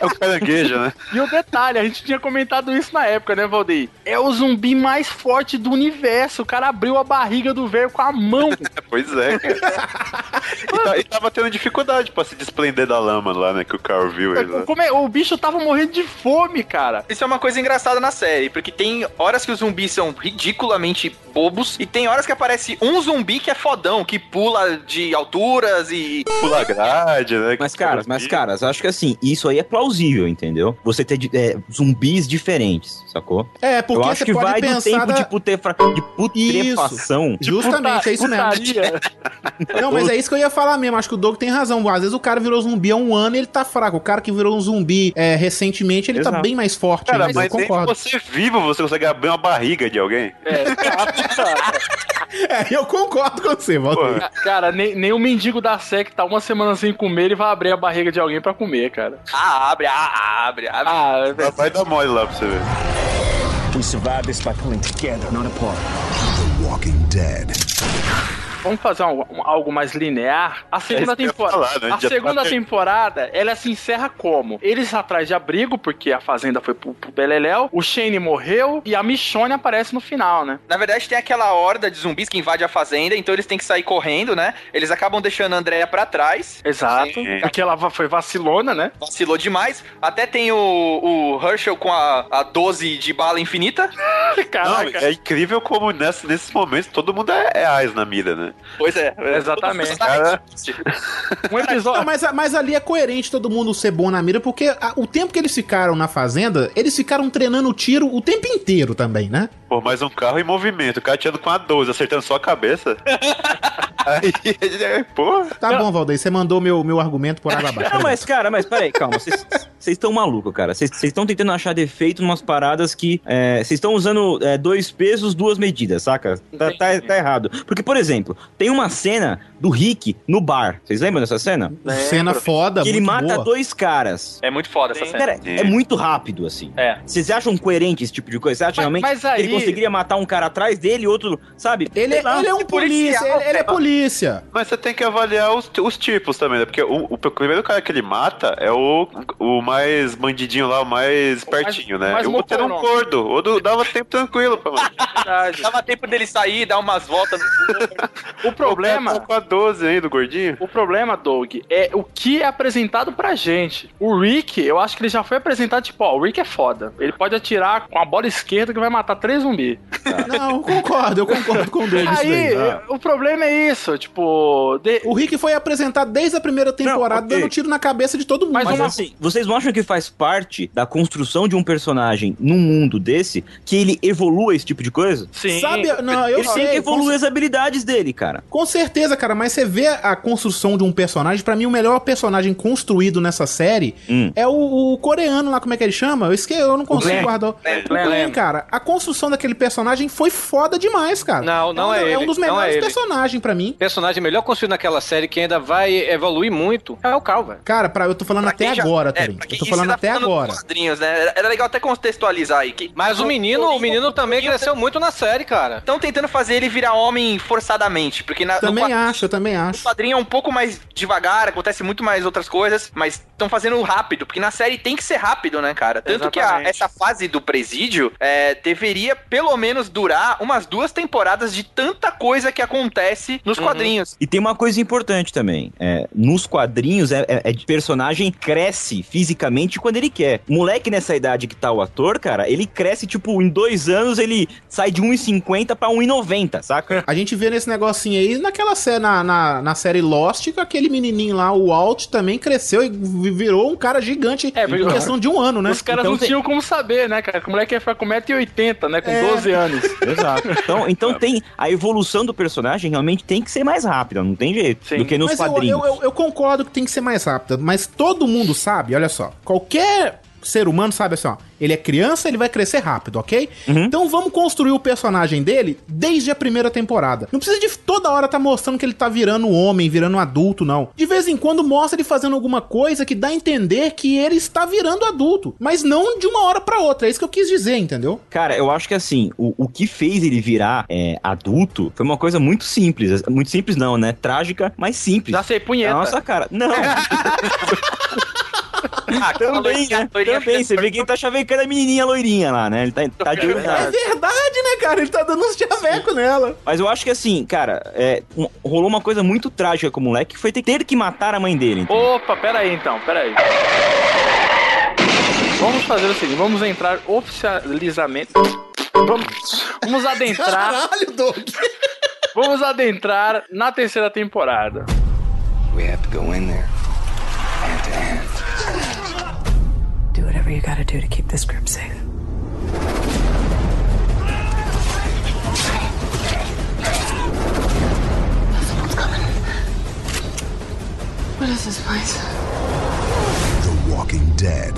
É o caranguejo, né? E o detalhe, a gente tinha comentado isso na época, né, Valdeir? É o zumbi mais forte do universo. O cara abriu a barriga do velho com a mão. Pois é, cara. e, tá- e tava tendo dificuldade pra se desprender da lama lá, né? Que o Carl viu ele lá. Como é? O bicho tava morrendo de fome, cara. Isso é uma coisa engraçada na série, porque tem horas que os zumbis são ridiculamente bobos e tem horas que aparece um zumbi que é fodão, que pula de alturas e. Pula grade, né? Mas, caras, mas, caras, acho que assim, isso aí é plausível, entendeu? Você ter de- é, zumbis diferentes, sacou? É, porque Eu acho você que pode vai do pensar tempo da- de, putefra... de putrefação. Isso, justamente, é isso mesmo. Não, mas é isso que eu ia falar mesmo. Acho que o Doug tem razão. Às vezes o cara virou zumbi há um ano e ele tá fraco. O cara que virou um zumbi é, recentemente, ele tá Exato. bem mais forte. Cara, ainda, mas eu nem concordo. você é vivo, você consegue abrir uma barriga de alguém. É, eu concordo com você, Valdir. Ca- Cara, nem, nem o mendigo da Sé que tá uma semana sem comer, ele vai abrir a barriga de alguém pra comer, cara. Ah, abre, ah, abre, abre. Ah, Vai dar mole lá pra você ver. We survived this by pulling together, not apart. The Walking Dead. Vamos fazer um- um- algo mais linear. A É segunda isso que eu ia temporada. falar, né? A Já tá segunda per- temporada, ela se encerra como? Eles atrás de abrigo, porque a fazenda foi pro, pro Beleléu, o Shane morreu e a Michonne aparece no final, né? Na verdade, tem aquela horda de zumbis que invade a fazenda, então eles têm que sair correndo, né? Eles acabam deixando a Andrea pra trás. Exato. Porque ela va- foi vacilona, né? Vacilou demais. Até tem o, o Herschel com a, a 12 de bala infinita. Não, é incrível como nessa- nesses momentos todo mundo é, é AIS na mira, né? Pois é. Exatamente. Cara, Um episódio. Não, mas, a- mas ali é coerente todo mundo ser bom na mira, porque a- o tempo que eles ficaram na fazenda, eles ficaram treinando tiro o tempo inteiro também, né? Pô, mais um carro em movimento, o cara tirando com a 12, acertando só a cabeça. Aí, é, pô. Tá bom, Valdeir, você mandou meu, meu argumento por água abaixo. Não, mas, cara, mas peraí, calma. Vocês vocês estão malucos, cara. Vocês vocês estão tentando achar defeito em umas paradas que. é, Vocês estão usando é, dois pesos, duas medidas, saca? Tá, tá- tá errado. Porque, por exemplo, tem uma cena do Rick no bar. Vocês lembram dessa cena? Lembro. Cena foda, Que ele Tá muito mata boa. dois caras. É muito foda essa cena. Cara, é muito rápido, assim. É. Vocês acham coerente esse tipo de coisa? Você acha realmente mas aí- que ele conseguiria matar um cara atrás dele, outro, sabe? Ele, Sei lá. ele é um tipo, polícia, ele, ele é polícia. Mas você tem que avaliar os, os tipos também, né? Porque o, o primeiro cara que ele mata é o, o mais bandidinho lá, o mais pertinho, né? mais Eu vou ter um mocoronó. gordo, ou do- dava tempo tranquilo pra matar. Dava tempo dele sair, dar umas voltas. O problema. Com a 12 aí do gordinho. O problema, Doug, é o que é apresentado pra gente. O Rick, eu acho que ele já foi apresentado, tipo, ó, o Rick é foda. Ele pode atirar com a bola esquerda que vai matar três zumbi. Não, eu concordo, eu concordo com o Doug. isso Aí, daí. Ah. o problema é isso, tipo. de- O Rick foi apresentado desde a primeira temporada, ok. dando tiro na cabeça de todo mundo. Mas, assim, vocês não acham que faz parte da construção de um personagem num mundo desse que ele evolua esse tipo de coisa? Sim. Sabe, não, eu ele sei, tem que evoluir com- as habilidades dele, cara. Com certeza, cara, mas você vê a construção de um personagem. Pra mim, o melhor personagem construído nessa série Hum. é o, o coreano lá, como é que ele chama? Eu esqueci, eu não consigo Glenn. guardar. o- Glenn. O Glenn, Glenn. cara. A construção daquele personagem personagem foi foda demais, cara. Não, não é, um, ele. um dos não melhores é ele. personagens pra mim. Personagem melhor construído naquela série que ainda vai evoluir muito é o Cal, velho. Cara, pra, eu tô falando até quem já- agora, é, Torinho. pra Eu tô quem- falando isso até tá falando agora. dos quadrinhos, né? Era- Era legal até contextualizar aí. Que... Mas o menino, o menino também cresceu muito na série, cara. Estão tentando fazer ele virar homem forçadamente, porque na, Também no, qua- acho, eu também no acho. quadrinho é um pouco mais devagar, acontece muito mais outras coisas, mas estão fazendo rápido, porque na série tem que ser rápido, né, cara? Tanto que a- Exatamente. essa fase do presídio é, deveria pelo menos durar umas duas temporadas de tanta coisa que acontece Uhum. nos quadrinhos. E tem uma coisa importante também. é, nos quadrinhos, é, é- é de personagem cresce fisicamente quando ele quer. O Moleque nessa idade que tá o ator, cara, ele cresce, tipo, em dois anos ele sai de 1,50 pra 1,90, saca? A gente vê nesse negocinho aí, naquela série, na, na, na série Lost, que aquele menininho lá, o Walt, também cresceu e vi- virou um cara gigante em questão de um ano, né? Os caras Então Então não tinham como saber, né, cara? Que o moleque ia ficar com 1,80m, né? Com É. 12 anos. Exato. Então, então tem. A evolução do personagem realmente tem que ser mais rápida, não tem jeito. Do que nos Mas eu- quadrinhos. Eu, eu- eu concordo que tem que ser mais rápida, mas todo mundo sabe, olha só, qualquer ser humano sabe assim, ó, ele é criança, ele vai crescer rápido, ok? Então vamos construir o personagem dele desde a primeira temporada. Não precisa de toda hora tá mostrando que ele tá virando um homem, virando um adulto, não. De vez em quando mostra ele fazendo alguma coisa que dá a entender que ele está virando adulto, mas não de uma hora pra outra, é isso que eu quis dizer, entendeu? Cara, eu acho que assim, o, o que fez ele virar é, adulto foi uma coisa muito simples. Muito simples, não, né? Trágica, mas simples. Já sei, punheta. Nossa, cara. Não. também, né? Também. Você vê que ele tá chavecando a menininha loirinha lá, né? Ele tá, tá de olho nela. É verdade, né, cara? Ele tá dando uns chavecos nela. Mas eu acho que assim, cara, é, um- rolou uma coisa muito trágica com o moleque, que foi ter, ter que matar a mãe dele. Opa, pera aí então, pera aí. Vamos fazer o seguinte, vamos entrar oficializamento. Vamos, vamos adentrar. Caralho, Doug! Vamos adentrar na terceira temporada. We have to go in there. Hand to hand. Do whatever you gotta do to keep this group safe. What is this place? Walking Dead.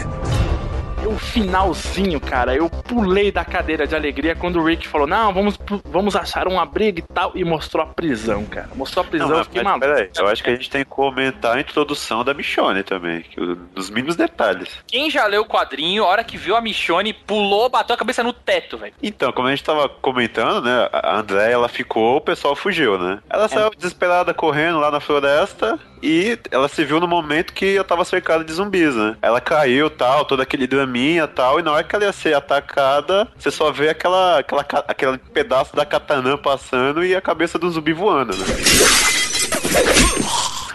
Eu É um finalzinho, cara, eu pulei da cadeira de alegria quando o Rick falou: "Não, vamos pu- vamos achar um abrigo e tal" e mostrou a prisão, cara. Mostrou a prisão, Não, eu fiquei mas maluco. peraí, eu acho que a gente tem que comentar a introdução da Michonne também, que o- dos mínimos detalhes. Quem já leu o quadrinho, a hora que viu a Michonne, pulou, bateu a cabeça no teto, velho. Então, como a gente tava comentando, né, a André, ela ficou, o pessoal fugiu, né? Ela É. saiu desesperada correndo lá na floresta e ela se viu no momento que eu tava cercada de zumbis, né? Ela caiu, tal, todo aquele draminha, tal, e na hora que ela ia ser atacada, você só vê aquela, aquela, ca- aquele pedaço da katanã passando e a cabeça do zumbi voando, né?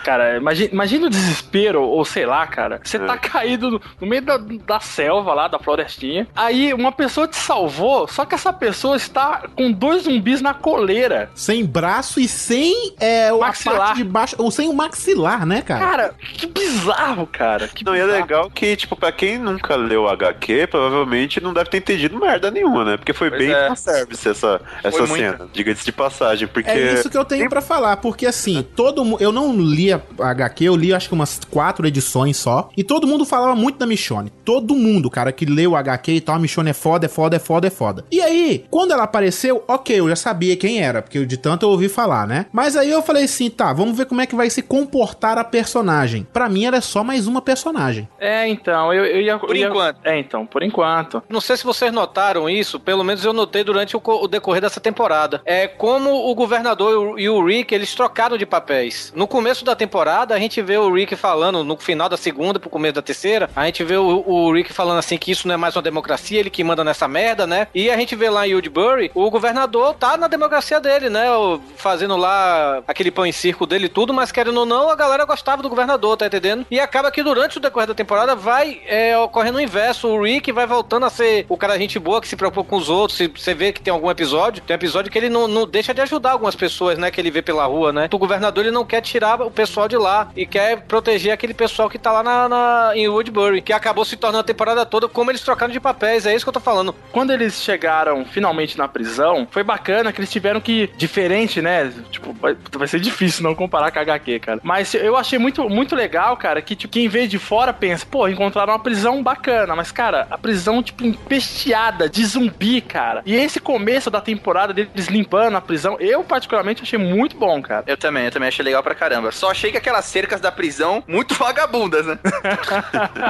Cara, imagina, imagina o desespero, ou sei lá, cara. Você É. tá caído no, no meio da, da selva lá, da florestinha. Aí uma pessoa te salvou, só que essa pessoa está com dois zumbis na coleira. Sem braço e sem é, o- Maxilar. a parte de baixo, ou sem o maxilar, né, cara? Cara, que bizarro, cara. Que Não, e é legal que, tipo, pra quem nunca leu HQ, provavelmente não deve ter entendido merda nenhuma, né? Porque foi Pois bem é. fanservice essa, essa Foi muito. cena, diga-se de passagem, porque... É isso que eu tenho pra falar, porque assim, todo mundo. Eu não li a HQ, eu li acho que umas quatro edições só. E todo mundo falava muito da Michonne. Todo mundo, cara, que leu HQ e tal, a Michonne é foda, é foda, é foda, é foda. E aí, quando ela apareceu, ok, eu já sabia quem era, porque eu de tanto eu ouvi falar, né? Mas aí eu falei assim, tá, vamos ver como é que vai se comportar a personagem. Pra mim, ela é só mais uma personagem. É, então, eu, eu ia. Por eu ia- enquanto. É, então, por enquanto. Não sei se vocês notaram isso, pelo menos eu notei durante o, co- o decorrer dessa temporada. É como o governador e o- e o Rick, eles trocaram de papéis. No começo da temporada, a gente vê o Rick falando, no final da segunda pro começo da terceira, a gente vê o, o Rick falando assim que isso não é mais uma democracia, ele que manda nessa merda, né? E a gente vê lá em Woodbury, o governador tá na democracia dele, né? O- Fazendo lá aquele pão em circo dele e tudo, mas querendo ou não, a galera gostava do governador, tá entendendo? E acaba que durante o decorrer da temporada vai é, ocorrendo o inverso. O Rick vai voltando a ser o cara gente boa que se preocupa com os outros. Se você vê que tem algum episódio, tem episódio que ele não, não deixa de ajudar algumas pessoas, né? Que ele vê pela rua, né? O governador ele não quer tirar o pessoal de lá e quer proteger aquele pessoal que tá lá na, na- em Woodbury, que acabou se tornando a temporada toda como eles trocaram de papéis, é isso que eu tô falando. Quando eles chegaram finalmente na prisão, foi bacana que eles tiveram que. Diferente, né? Tipo, vai, vai ser difícil não comparar com a HQ, cara. Mas eu achei muito, muito legal, cara, que tipo, quem vê de fora pensa, pô, encontraram uma prisão bacana. Mas, cara, a prisão, tipo, empesteada de zumbi, cara. E esse começo da temporada deles limpando a prisão, eu particularmente achei muito bom, cara. Eu também, eu também achei legal pra caramba. Só achei que aquelas cercas da prisão, muito vagabundas, né?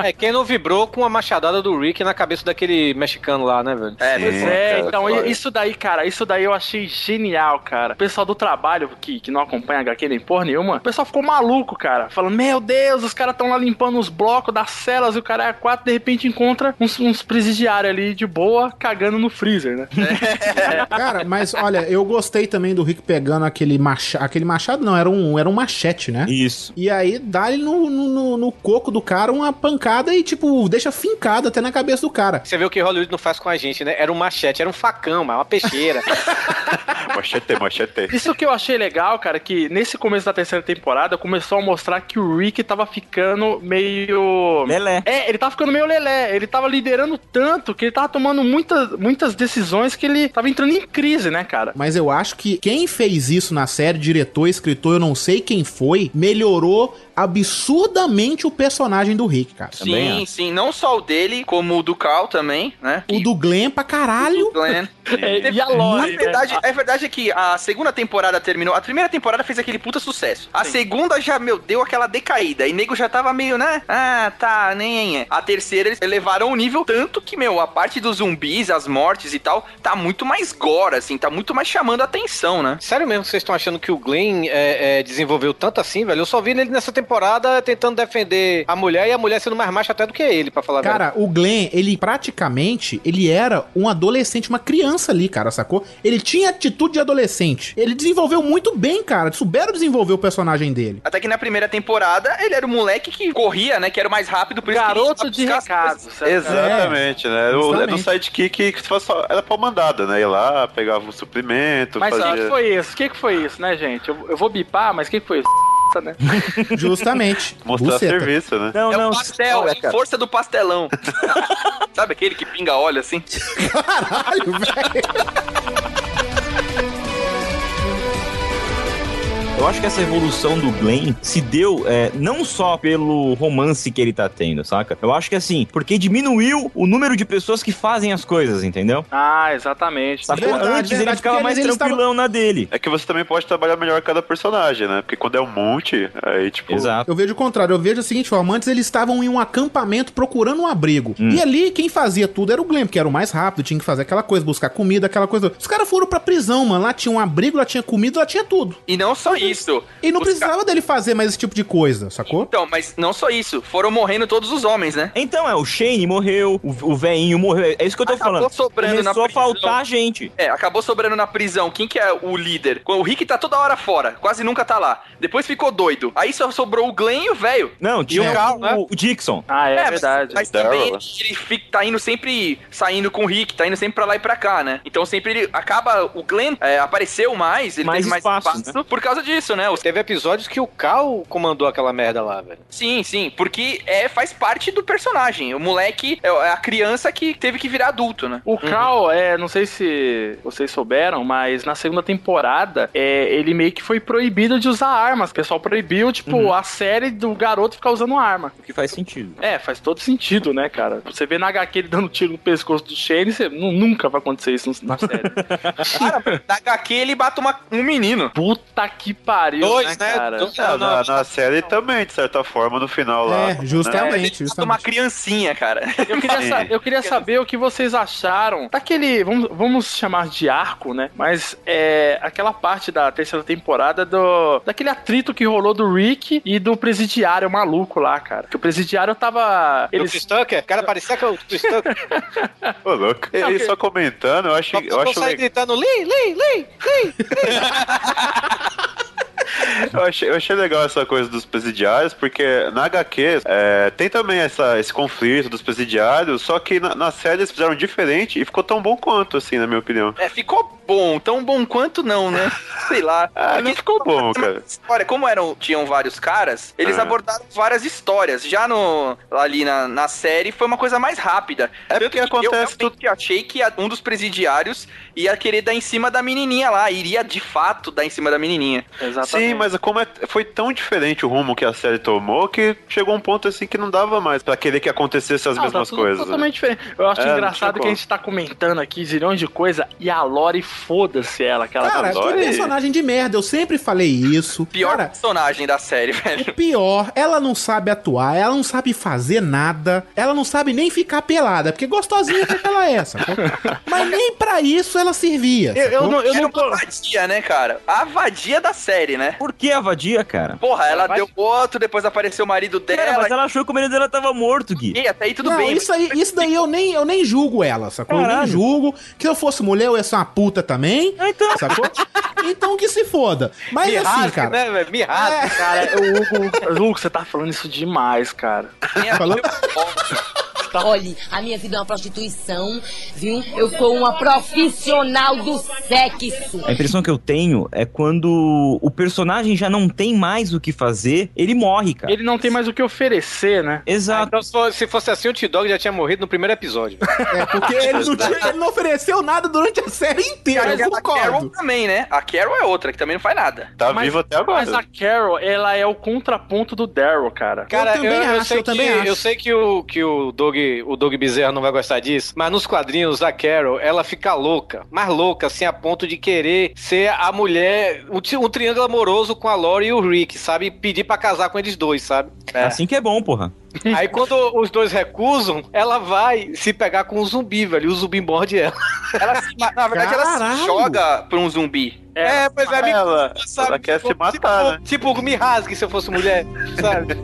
É quem não vibrou com a machadada do Rick na cabeça daquele mexicano lá, né, velho? É, Pois é, então, i- isso daí, cara, isso daí eu achei genial, cara. O pessoal do trabalho, que, que não acompanha HQ nem porra nenhuma, o pessoal ficou maluco, cara. Falando, meu Deus, os caras estão lá limpando os blocos das celas e o cara é a quatro, de repente encontra uns, uns presidiários ali de boa, cagando no freezer, né? Cara, mas olha, eu gostei também do Rick pegando aquele machado. Aquele machado não, era um, era um machete, né? Isso. E aí dá ele no, no, no- no coco do cara uma pancada e, tipo, deixa fincado até na cabeça do cara. Você vê o que Hollywood não faz com a gente, né? Era um machete, era um facão, mas uma peixeira. Machete, machete. Isso que eu achei legal, cara, é que nesse começo da terceira temporada começou a mostrar que o Rick tava ficando meio. Lelé. É, ele tava ficando meio lelé. Ele tava liderando tanto que ele tava tomando muitas, muitas decisões que ele tava entrando em crise, né, cara? Mas eu acho que quem fez isso na série, diretor, escritor, eu não sei quem foi, melhorou absurdamente o personagem do Rick, cara. Sim, sim. Não só o dele, como o do Carl também, né? O do Glenn pra caralho. Glenn. É, e a Lori, a, né? verdade, a verdade é que a segunda temporada terminou. A primeira temporada fez aquele puta sucesso. A segunda já, meu, deu aquela decaída. E nego já tava meio, né? Ah, tá, nem é. A terceira eles elevaram o nível tanto que, meu, a parte dos zumbis, as mortes e tal, tá muito mais gore, assim. Tá muito mais chamando a atenção, né? Sério mesmo que vocês estão achando que o Glenn é, é, desenvolveu tanto assim, velho? Eu só vi ele nessa temporada tentando defender a mulher e a mulher sendo mais macha até do que ele, pra falar a Cara, verdade. o Glenn, ele praticamente, ele era um adolescente, uma criança ali, cara, sacou? Ele tinha atitude de adolescente. Ele desenvolveu muito bem, cara. Souberam desenvolver o personagem dele. Até que na primeira temporada ele era o moleque que corria, né? Que era o mais rápido, por Garoto de recado. É. Exatamente, né? Era o- Era do Justamente. sidekick que faz só- era pra mandada, né? Ia lá, pegava um suplemento, Mas o que, que fazia. foi isso? O que, que foi isso, né, gente? Eu, eu vou bipar, mas o que, que foi isso? Né? Justamente. Mostrar Buceta. serviço, né? é o pastel, é a força do pastelão. Sabe aquele que pinga óleo assim? Caralho, Eu acho que essa evolução do Glenn se deu é, não só pelo romance que ele tá tendo, saca? Eu acho que assim, porque diminuiu o número de pessoas que fazem as coisas, entendeu? Ah, exatamente. Sacou? Antes ele ficava mais tranquilão na dele. É que você também pode trabalhar melhor cada personagem, né? Porque quando é um monte, aí tipo. Exato. Eu vejo o contrário, eu vejo a seguinte forma, antes eles estavam em um acampamento procurando um abrigo. Hum. E ali quem fazia tudo era o Glenn, porque era o mais rápido, tinha que fazer aquela coisa, buscar comida, aquela coisa. Os caras foram pra prisão, mano, lá tinha um abrigo, lá tinha comida, lá tinha tudo. E não só isso. E não Os precisava dele fazer mais esse tipo de coisa, sacou? Então, mas não só isso. Foram morrendo todos os homens, né? Então, é, o Shane morreu, o, o veinho morreu, é isso que eu tô Acabou falando. Ah, sobrando na Começou a prisão. faltar gente. É, acabou sobrando na prisão. Quem que é o líder? O Rick tá toda hora fora, quase nunca tá lá. Depois ficou doido. Aí só sobrou o Glenn e o velho. Não, tinha E o, o Carl, né? o Dixon. Ah, É mas- Mas, também Daryl. ele fica, tá indo sempre, saindo com o Rick, tá indo sempre pra lá e pra cá, né? Então sempre ele acaba, o Glenn é, apareceu mais, ele Mais teve mais espaço, espaço, por causa disso, né? Os- Teve episódios que o Cal comandou aquela merda lá, velho. Sim, sim, porque é, faz parte do personagem. O moleque é a criança que teve que virar adulto, né? O Cal, é, não sei se vocês souberam, mas na segunda temporada, é, ele meio que foi proibido de usar armas. O pessoal proibiu, tipo, Uhum. a série do garoto ficar usando arma. O que faz sentido. É, faz todo sentido, né, cara? Você vê na HQ ele dando tiro no pescoço do Shane, você nu- nunca vai acontecer isso na série. Na HQ ele bate uma- um menino. Puta que pariu, Dois, né, né? cara? Dois, Ah, na, na série também, de certa forma, no final lá. É, justamente, Né? justamente. Uma criancinha, cara. Eu queria, Sim. sa- eu queria saber o que vocês acharam daquele, vamos, vamos chamar de arco, né? Mas é aquela parte da terceira temporada do daquele atrito que rolou do Rick e do presidiário maluco lá, cara. Que o presidiário tava Ele... O eles Stucker? O cara parecia que é o Stucker. Ô, louco. É, E aí, só comentando, eu acho, eu Eu acho saí legal. gritando, Lee, Lee, Lee, Lee. Eu achei, eu achei legal essa coisa dos presidiários, porque na HQ é, tem também essa, esse conflito dos presidiários, só que na, na série eles fizeram diferente e ficou tão bom quanto, assim, na minha opinião. É, ficou bom, tão bom quanto não, né? Sei lá. Ah, não ficou bom, cara. Olha, como eram, tinham vários caras, eles Ah. abordaram várias histórias. Já no, ali na, na série foi uma coisa mais rápida. É porque acontece eu tudo. achei que a- um dos presidiários ia querer dar em cima da menininha lá, iria de fato dar em cima da menininha. Sim, mas como é- foi tão diferente o rumo que a série tomou que chegou um ponto assim que não dava mais pra querer que acontecesse as Não, mesmas tá tudo coisas. né? Totalmente diferente. Eu acho É, não engraçado tinha que a como. gente tá comentando aqui zilhões de coisa e a Lori foda-se ela, que ela Cara, é tá que personagem de merda, eu sempre falei isso. Pior Cara, personagem da série, velho. pior, ela não sabe atuar, ela não sabe fazer nada, ela não sabe nem ficar pelada, porque gostosinha que ela é, sacou? Mas nem pra isso ela servia. sacou? Era uma vadia, né, cara? A vadia da série, né? Por que a vadia, cara? Porra, ela deu outro, depois apareceu o marido dela. Cara, mas ela achou que o menino dela tava morto, Gui. E até aí tudo não, bem. Isso, aí, isso daí eu nem, eu nem julgo ela, sacou? Eu nem Caralho. julgo. Que se eu fosse mulher, eu ia ser uma puta também. Então. Sacou? Então que se foda. Mas Me É assim, rasga, cara. né, velho? Me rasga, cara. O Hugo, Hugo, você tá falando isso demais, cara. Falou? Olhe, a minha vida é uma prostituição, viu? Eu sou uma profissional do sexo. A impressão que eu tenho é quando o personagem já não tem mais o que fazer, ele morre, cara. Ele não tem mais o que oferecer, né? Exato. Então, se fo- se fosse assim, o T-Dog já tinha morrido no primeiro episódio. É, porque ele não, tinha- ele não ofereceu nada durante a série inteira, eu a Carol concordo. também, né? A Carol é outra, que também não faz nada. Tá Mas- Mas a Carol, ela é o contraponto do Daryl, cara. Cara, eu, eu sei que, Eu sei que o, que o, Doug, o Doug Bezerra não vai gostar disso, mas nos quadrinhos a Carol, ela fica louca, mais louca, assim, a ponto de querer ser a mulher, um, tri- um triângulo amoroso com a Lori e o Rick, sabe? E Pedir pra casar com eles dois, sabe? né? Assim que é bom, porra. Aí quando os dois recusam, ela vai se pegar com um zumbi, velho, e o zumbi morde ela. Ela se- na na verdade, ela se Caralho. joga pra um zumbi. É, pois é, me ela, ela quer se matar, né? Tipo, me rasgue se eu fosse mulher, sabe?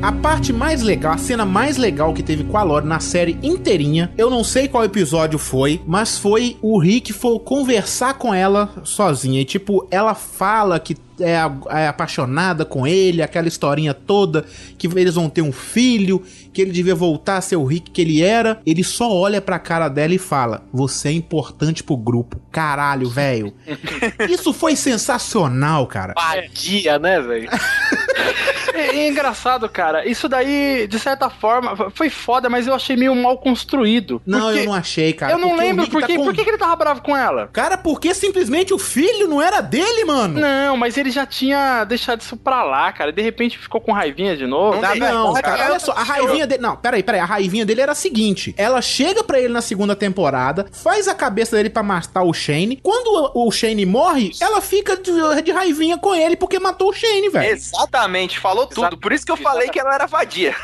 A parte mais legal, a cena mais legal que teve com a Lore na série inteirinha, eu não sei qual episódio foi, mas foi o Rick for conversar com ela sozinha. E tipo, ela fala que é, a- é apaixonada com ele, aquela historinha toda, que eles vão ter um filho, que ele devia voltar a ser o Rick que ele era. Ele só olha pra cara dela e fala: Você é importante pro grupo. Caralho, velho. Isso foi sensacional, cara. Vadia, né, velho? É, é engraçado, cara. Isso daí, de certa forma, foi foda, mas eu achei meio mal construído. Não, Porque eu não achei, cara. eu não porque o lembro Rick por, tá que, com- por que que ele tava bravo com ela. Cara, porque simplesmente o filho não era dele, mano? Não, mas ele já tinha deixado isso pra lá, cara. De repente ficou com raivinha de novo. Não, não, cara, olha só, a raivinha dele. Não, peraí, peraí. A raivinha dele era a seguinte: ela chega pra ele na segunda temporada, faz a cabeça dele pra matar o Shane. Quando o o Shane morre, ela fica de, de raivinha com ele porque matou o Shane, velho. Exatamente, falou tudo. Por isso que eu falei que ela era vadia.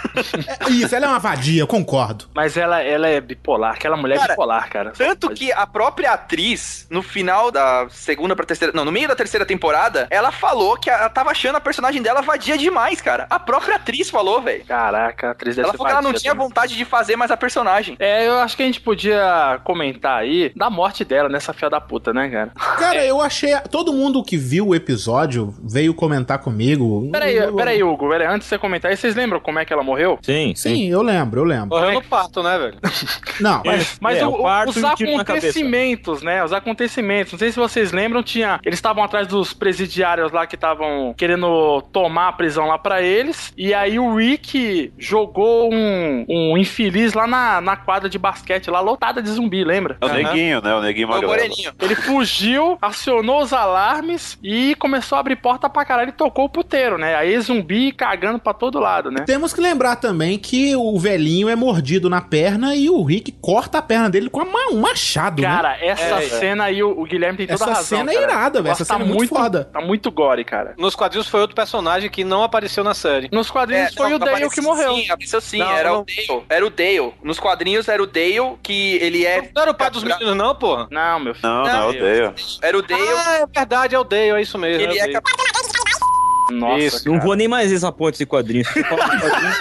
Isso, ela é uma vadia, eu concordo. Mas ela, ela é bipolar, aquela mulher é bipolar, cara. Tanto que a própria atriz, no final da segunda pra terceira. Não, no meio da terceira temporada, ela falou que ela tava achando a personagem dela vadia demais, cara. A própria atriz falou, velho. Caraca, a atriz deve Ela ser falou que ela não vadia tinha é também. vontade de fazer mais a personagem. É, eu acho que a gente podia comentar aí da morte dela nessa filha da puta, né, cara? Cara, eu achei. Todo mundo que viu o episódio veio comentar comigo. Peraí, Eu- peraí, Hugo, peraí, antes de você comentar aí, vocês lembram como é que ela morreu? Sim, Sim, eu lembro, eu lembro. Morreu no parto, né, velho? Não, Mas, mas É, o- o o- parto os e um tiro na cabeça. acontecimentos, né? Os acontecimentos. Não sei se vocês lembram, tinha. Eles estavam atrás dos presidiários lá que estavam querendo tomar a prisão lá pra eles. E aí o Rick jogou um, um infeliz lá na, na quadra de basquete, lá lotada de zumbi, lembra? É o neguinho, né? O neguinho magrelo. Ele fugiu, acionou os alarmes e começou a abrir porta pra caralho e tocou o puteiro, né? Aí zumbi cagando pra todo lado, né? Temos que lembrar também que o velhinho é mordido na perna e o Rick corta a perna dele com a ma- um machado. né? Cara, essa cena aí, o o Guilherme tem toda Essa a razão. cena é cara. irada, velho. Essa Nossa, tá cena é muito foda. Tá muito gore, cara. Nos quadrinhos foi outro personagem que não apareceu na série. Nos quadrinhos É, foi não, o Dale apareceu que morreu. Sim, apareceu sim, Não, era não. o Dale. Era o Dale. Nos quadrinhos era o Dale que ele é. Não era o pai dos meninos, não, porra? Não, meu filho. Não, não, eu odeio. Era o Dale. Ah, é verdade, é o Dale, é isso mesmo. Ele é o Dale. é capaz Nossa, Não vou nem mais essa ponte de quadrinho. Se você falar de quadrinho,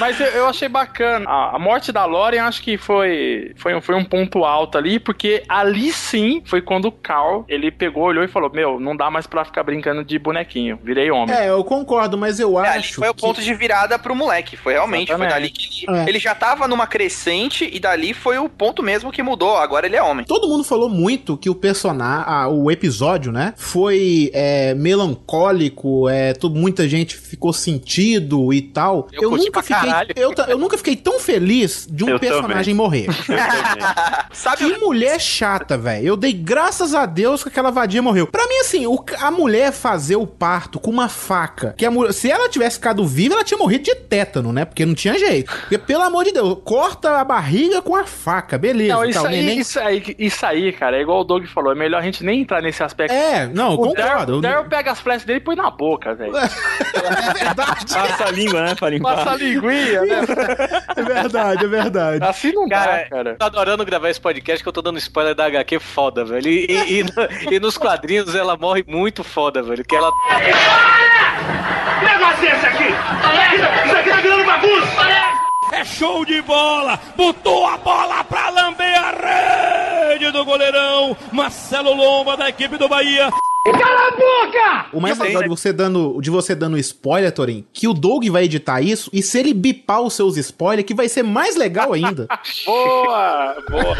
Mas eu, eu achei bacana. A, a morte da Lauren acho que foi, foi, um- foi um ponto alto ali, porque ali sim foi quando o Carl, ele pegou, olhou e falou, meu, não dá mais pra ficar brincando de bonequinho, virei homem. É, eu concordo, mas eu É, Ah, acho. foi o ponto de virada pro moleque. Foi realmente, foi dali que ele, É. ele já tava numa crescente e dali foi o ponto mesmo que mudou. Agora ele é homem. Todo mundo falou muito que o personagem, ah, o episódio, né, foi é, melancólico, é, tu- muita gente ficou sentido e tal. Eu, curti nunca pra fiquei, caralho. eu, ta- eu nunca fiquei tão feliz de um Eu personagem também. morrer. Sabe que mulher chata, velho. Eu dei graças a Deus que aquela vadia morreu. Pra mim, assim, o ca- a mulher fazer o parto com uma faca. Que a mulher- se ela tivesse ficado viva, ela tinha morrido de tétano, né? Porque não tinha jeito. Porque, pelo amor de Deus, corta a barriga com a faca, beleza. Não, isso tá, o aí, neném- isso, aí, isso aí, cara, é igual o Doug falou, é melhor a gente nem entrar nesse aspecto. É, não, eu É o Daryl- concordo. O Daryl pega as flechas dele e põe na boca, velho. Passa a língua, né, pra limpar. Passa a linguinha, né? É verdade, é verdade. Assim não cara, Ah, dá, cara. Tô adorando gravar esse podcast que eu tô dando spoiler da HQ foda, velho. E, e- e no- e nos quadrinhos ela morre muito foda, velho. Que ela. Que negócio é esse aqui? Isso aqui tá virando bagunça! É show de bola! Botou a bola pra lamber a rede do goleirão Marcelo Lomba da equipe do Bahia. Cala a boca! O mais legal de você dando de você dando spoiler, Torin, que o Doug vai editar isso e se ele bipar os seus spoilers, que vai ser mais legal ainda. Boa, boa.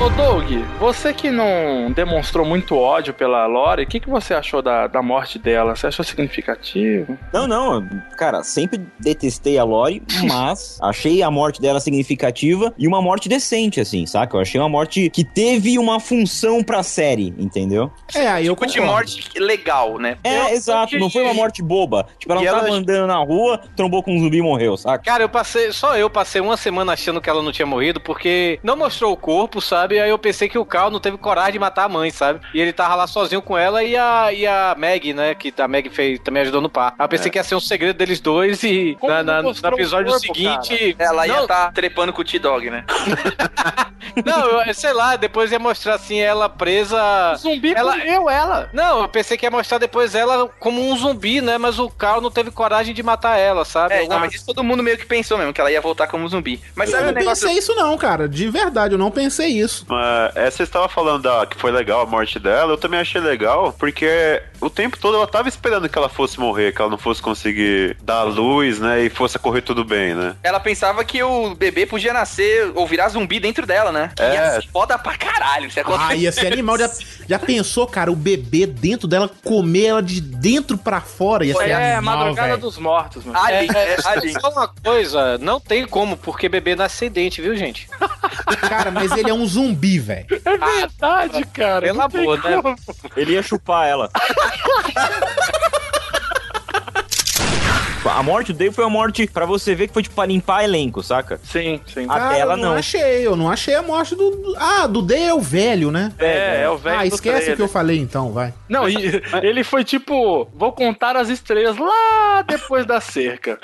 Ô Doug, você que não demonstrou muito ódio pela Lore, o que, que você achou da, da morte dela? Você achou significativo? Não, não, cara, sempre detestei a Lori, mas achei a morte dela significativa e uma morte decente, assim, saca? Eu achei uma morte que teve uma função pra série, entendeu? É, aí eu Tipo de morte legal, né? É, exato, não foi uma morte boba. Tipo, ela E não tava ela- andando na rua, trombou com um zumbi e morreu, saca? Cara, eu passei, só eu passei uma semana achando que ela não tinha morrido, porque não mostrou o corpo, sabe? Aí eu pensei que o Carl não teve coragem de matar a mãe, sabe? E ele tava lá sozinho com ela e a, e a Maggie, né? Que a Maggie fez, também ajudou no par. Aí eu pensei É. que ia ser um segredo deles dois e na, na- no Mostrou o episódio corpo, seguinte. cara. É. Ela ia tá Não, estar trepando com o T-Dog, né? Não, eu- sei lá, depois ia mostrar assim ela presa. Zumbi ela... comeu ela. Não, eu pensei que ia mostrar depois ela como um zumbi, né? Mas o Carl não teve coragem de matar ela, sabe? É, Alguma- não, mas isso todo mundo meio que pensou mesmo, que ela ia voltar como zumbi. Mas eu sabe o não negócio. pensei isso não, cara. De verdade, eu não pensei isso. Mas é, você estava falando da, que foi legal a morte dela, eu também achei legal, porque o tempo todo ela tava esperando que ela fosse morrer, que ela não fosse conseguir dar luz, né? E fosse correr tudo bem, né? Ela pensava que o bebê podia nascer ou virar zumbi dentro dela, né? É. Ia ser foda pra caralho. Se Ah, ia ser animal. Já, já pensou, cara, o bebê dentro dela comer ela de dentro pra fora? Ia ser é, animal, madrugada velho. dos mortos, mano. Ali, é, é, ali. Só uma coisa, não tem como, porque bebê nasce sem dente, viu, gente? Cara, mas ele é um zumbi, velho. É verdade, cara. Pela não tem boa, né? como. Ele ia chupar ela. A morte dele foi uma morte pra você ver que foi tipo pra limpar elenco, saca? Sim, sim. A Cara, dela eu não, não. achei, eu não achei a morte do. do- ah, do D é o velho, né? É, é o velho Ah, do esquece o que trailer. eu falei então, vai. Não, e- ele foi tipo, vou contar as estrelas lá depois da cerca.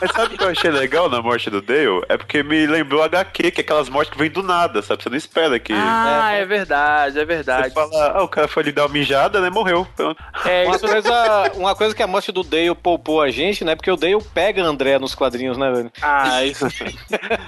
Mas sabe o que eu achei legal na morte do Dale? É porque me lembrou HQ, que é aquelas mortes que vêm do nada, sabe? Você não espera que. Ah, é verdade, é verdade. Você fala, ah, o cara foi lhe dar uma mijada, né? Morreu. Pronto. uma, coisa, uma coisa que É, a morte do Dale poupou a gente, né? Porque o Dale pega André nos quadrinhos, né, velho? Ah, isso.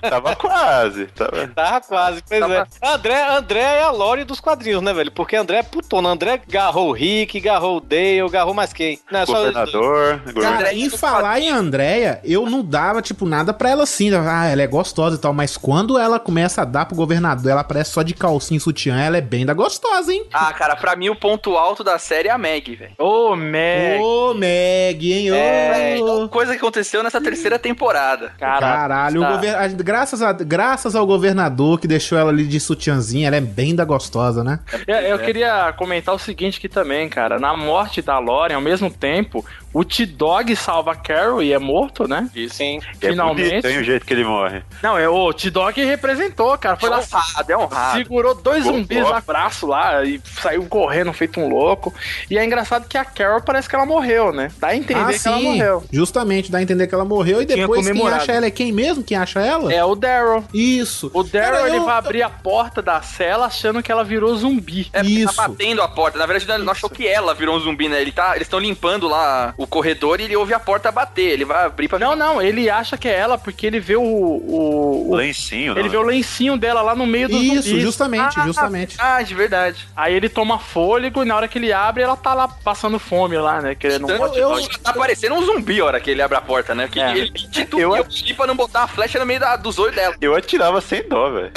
Tava quase. Tava... Tava quase, pois é. André, André é a Lore dos quadrinhos, né, velho? Porque André é putona. André garrou o Rick, garrou o Dale, garrou mais quem? Não, é só- Governador. Cara, em falar em Andréia, eu não dava, tipo, nada pra ela assim. Ah, ela é gostosa e tal, mas quando ela começa a dar pro governador, ela parece só de calcinha e sutiã, ela é bem da gostosa, hein? Ah, cara, pra mim o ponto alto da série é a Maggie, velho. Ô, É. Meg. Ô, Meg, hein? Ô. É, então, coisa que aconteceu nessa terceira temporada. Caralho, o gover- a- graças, a- graças ao governador que deixou ela ali de sutiãzinha, ela é bem da gostosa, né? É. Eu, eu queria comentar o seguinte aqui também, cara. Na morte da Lauren, ao mesmo tempo, O T-Dog salva a Carol e é morto, né? Sim. Finalmente. É tem o jeito que ele morre. Não, é o T-Dog representou, cara. Foi lá, Honrado, é honrado. segurou dois Gol zumbis forte. no um abraço lá e saiu correndo feito um louco. E é engraçado que a Carol parece que ela morreu, né? Dá a entender Ah, que ela sim. morreu. Justamente, dá a entender que ela morreu e Tinha depois quem comemorado. acha ela é quem mesmo? Quem acha ela? É o Daryl. Isso. O Daryl Cara, ele eu- vai abrir a porta da cela achando que ela virou zumbi. É, porque tá batendo a porta. Na verdade, ele não achou que ela virou um zumbi, né? Ele tá, eles estão limpando lá o corredor e ele ouve a porta bater. Ele vai abrir pra. Não, não, ele acha que é ela porque ele vê o. o, o- Lencinho, Ele vê o lencinho dela lá no meio do Isso, justamente, Ah, justamente. Ah, Verdade, verdade. Aí ele toma fôlego e na hora que ele abre, ela tá lá passando fome lá, né? Querendo um Então, hot dog. Tá parecendo um zumbi a hora que ele abre a porta, né? É. Porque ele titubeou ali pra não botar a flecha no meio da- dos olhos dela. Eu atirava sem dó, velho.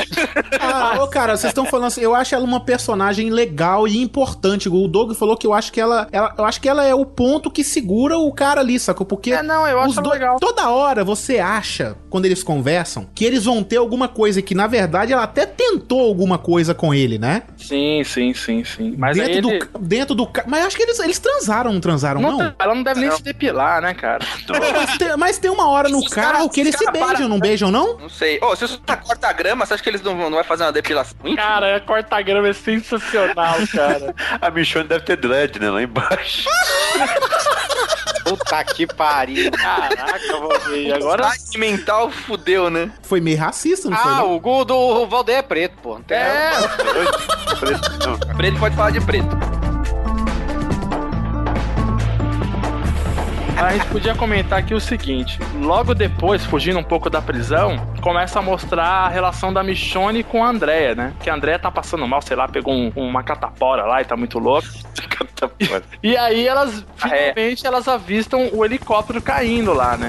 Ah, ô, cara, vocês estão falando assim, eu acho ela uma personagem legal e importante. O Doug falou que eu acho que ela, ela- eu acho que ela é o ponto que segura o cara ali, sacou? Porque É, não, eu acho ela legal. toda hora você acha, quando eles conversam, que eles vão ter alguma coisa que na verdade ela até tentou alguma coisa com ele, né? Sim, sim, sim, sim. Mas aí dentro, ele- é do, ca- dentro do ca- Mas acho que eles, eles transaram, não transaram, não? Não, Ela não deve nem se depilar, né, cara? Mas, tem, mas tem uma hora no carro que eles se caras beijam, não beijam, não? Não sei. Ô, se você tá corta a grama, você acha que eles não, vão- não vai fazer uma depilação? Cara, corta-grama é sensacional, cara. A Michonne deve ter dread, né? Lá embaixo. Puta que pariu. Caraca, Valdir, agora. Ai, mental fudeu, né? Foi meio racista, não foi? Ah, não? o Gol do Valdeir é preto, pô. Não tem É. Preto pode falar de preto. A gente podia comentar aqui o seguinte: logo depois, fugindo um pouco da prisão, começa a mostrar a relação da Michonne com a Andrea, né? Que a Andrea tá passando mal, sei lá, pegou um- uma catapora lá e tá muito louca. E aí elas, finalmente, elas avistam o helicóptero caindo lá, né?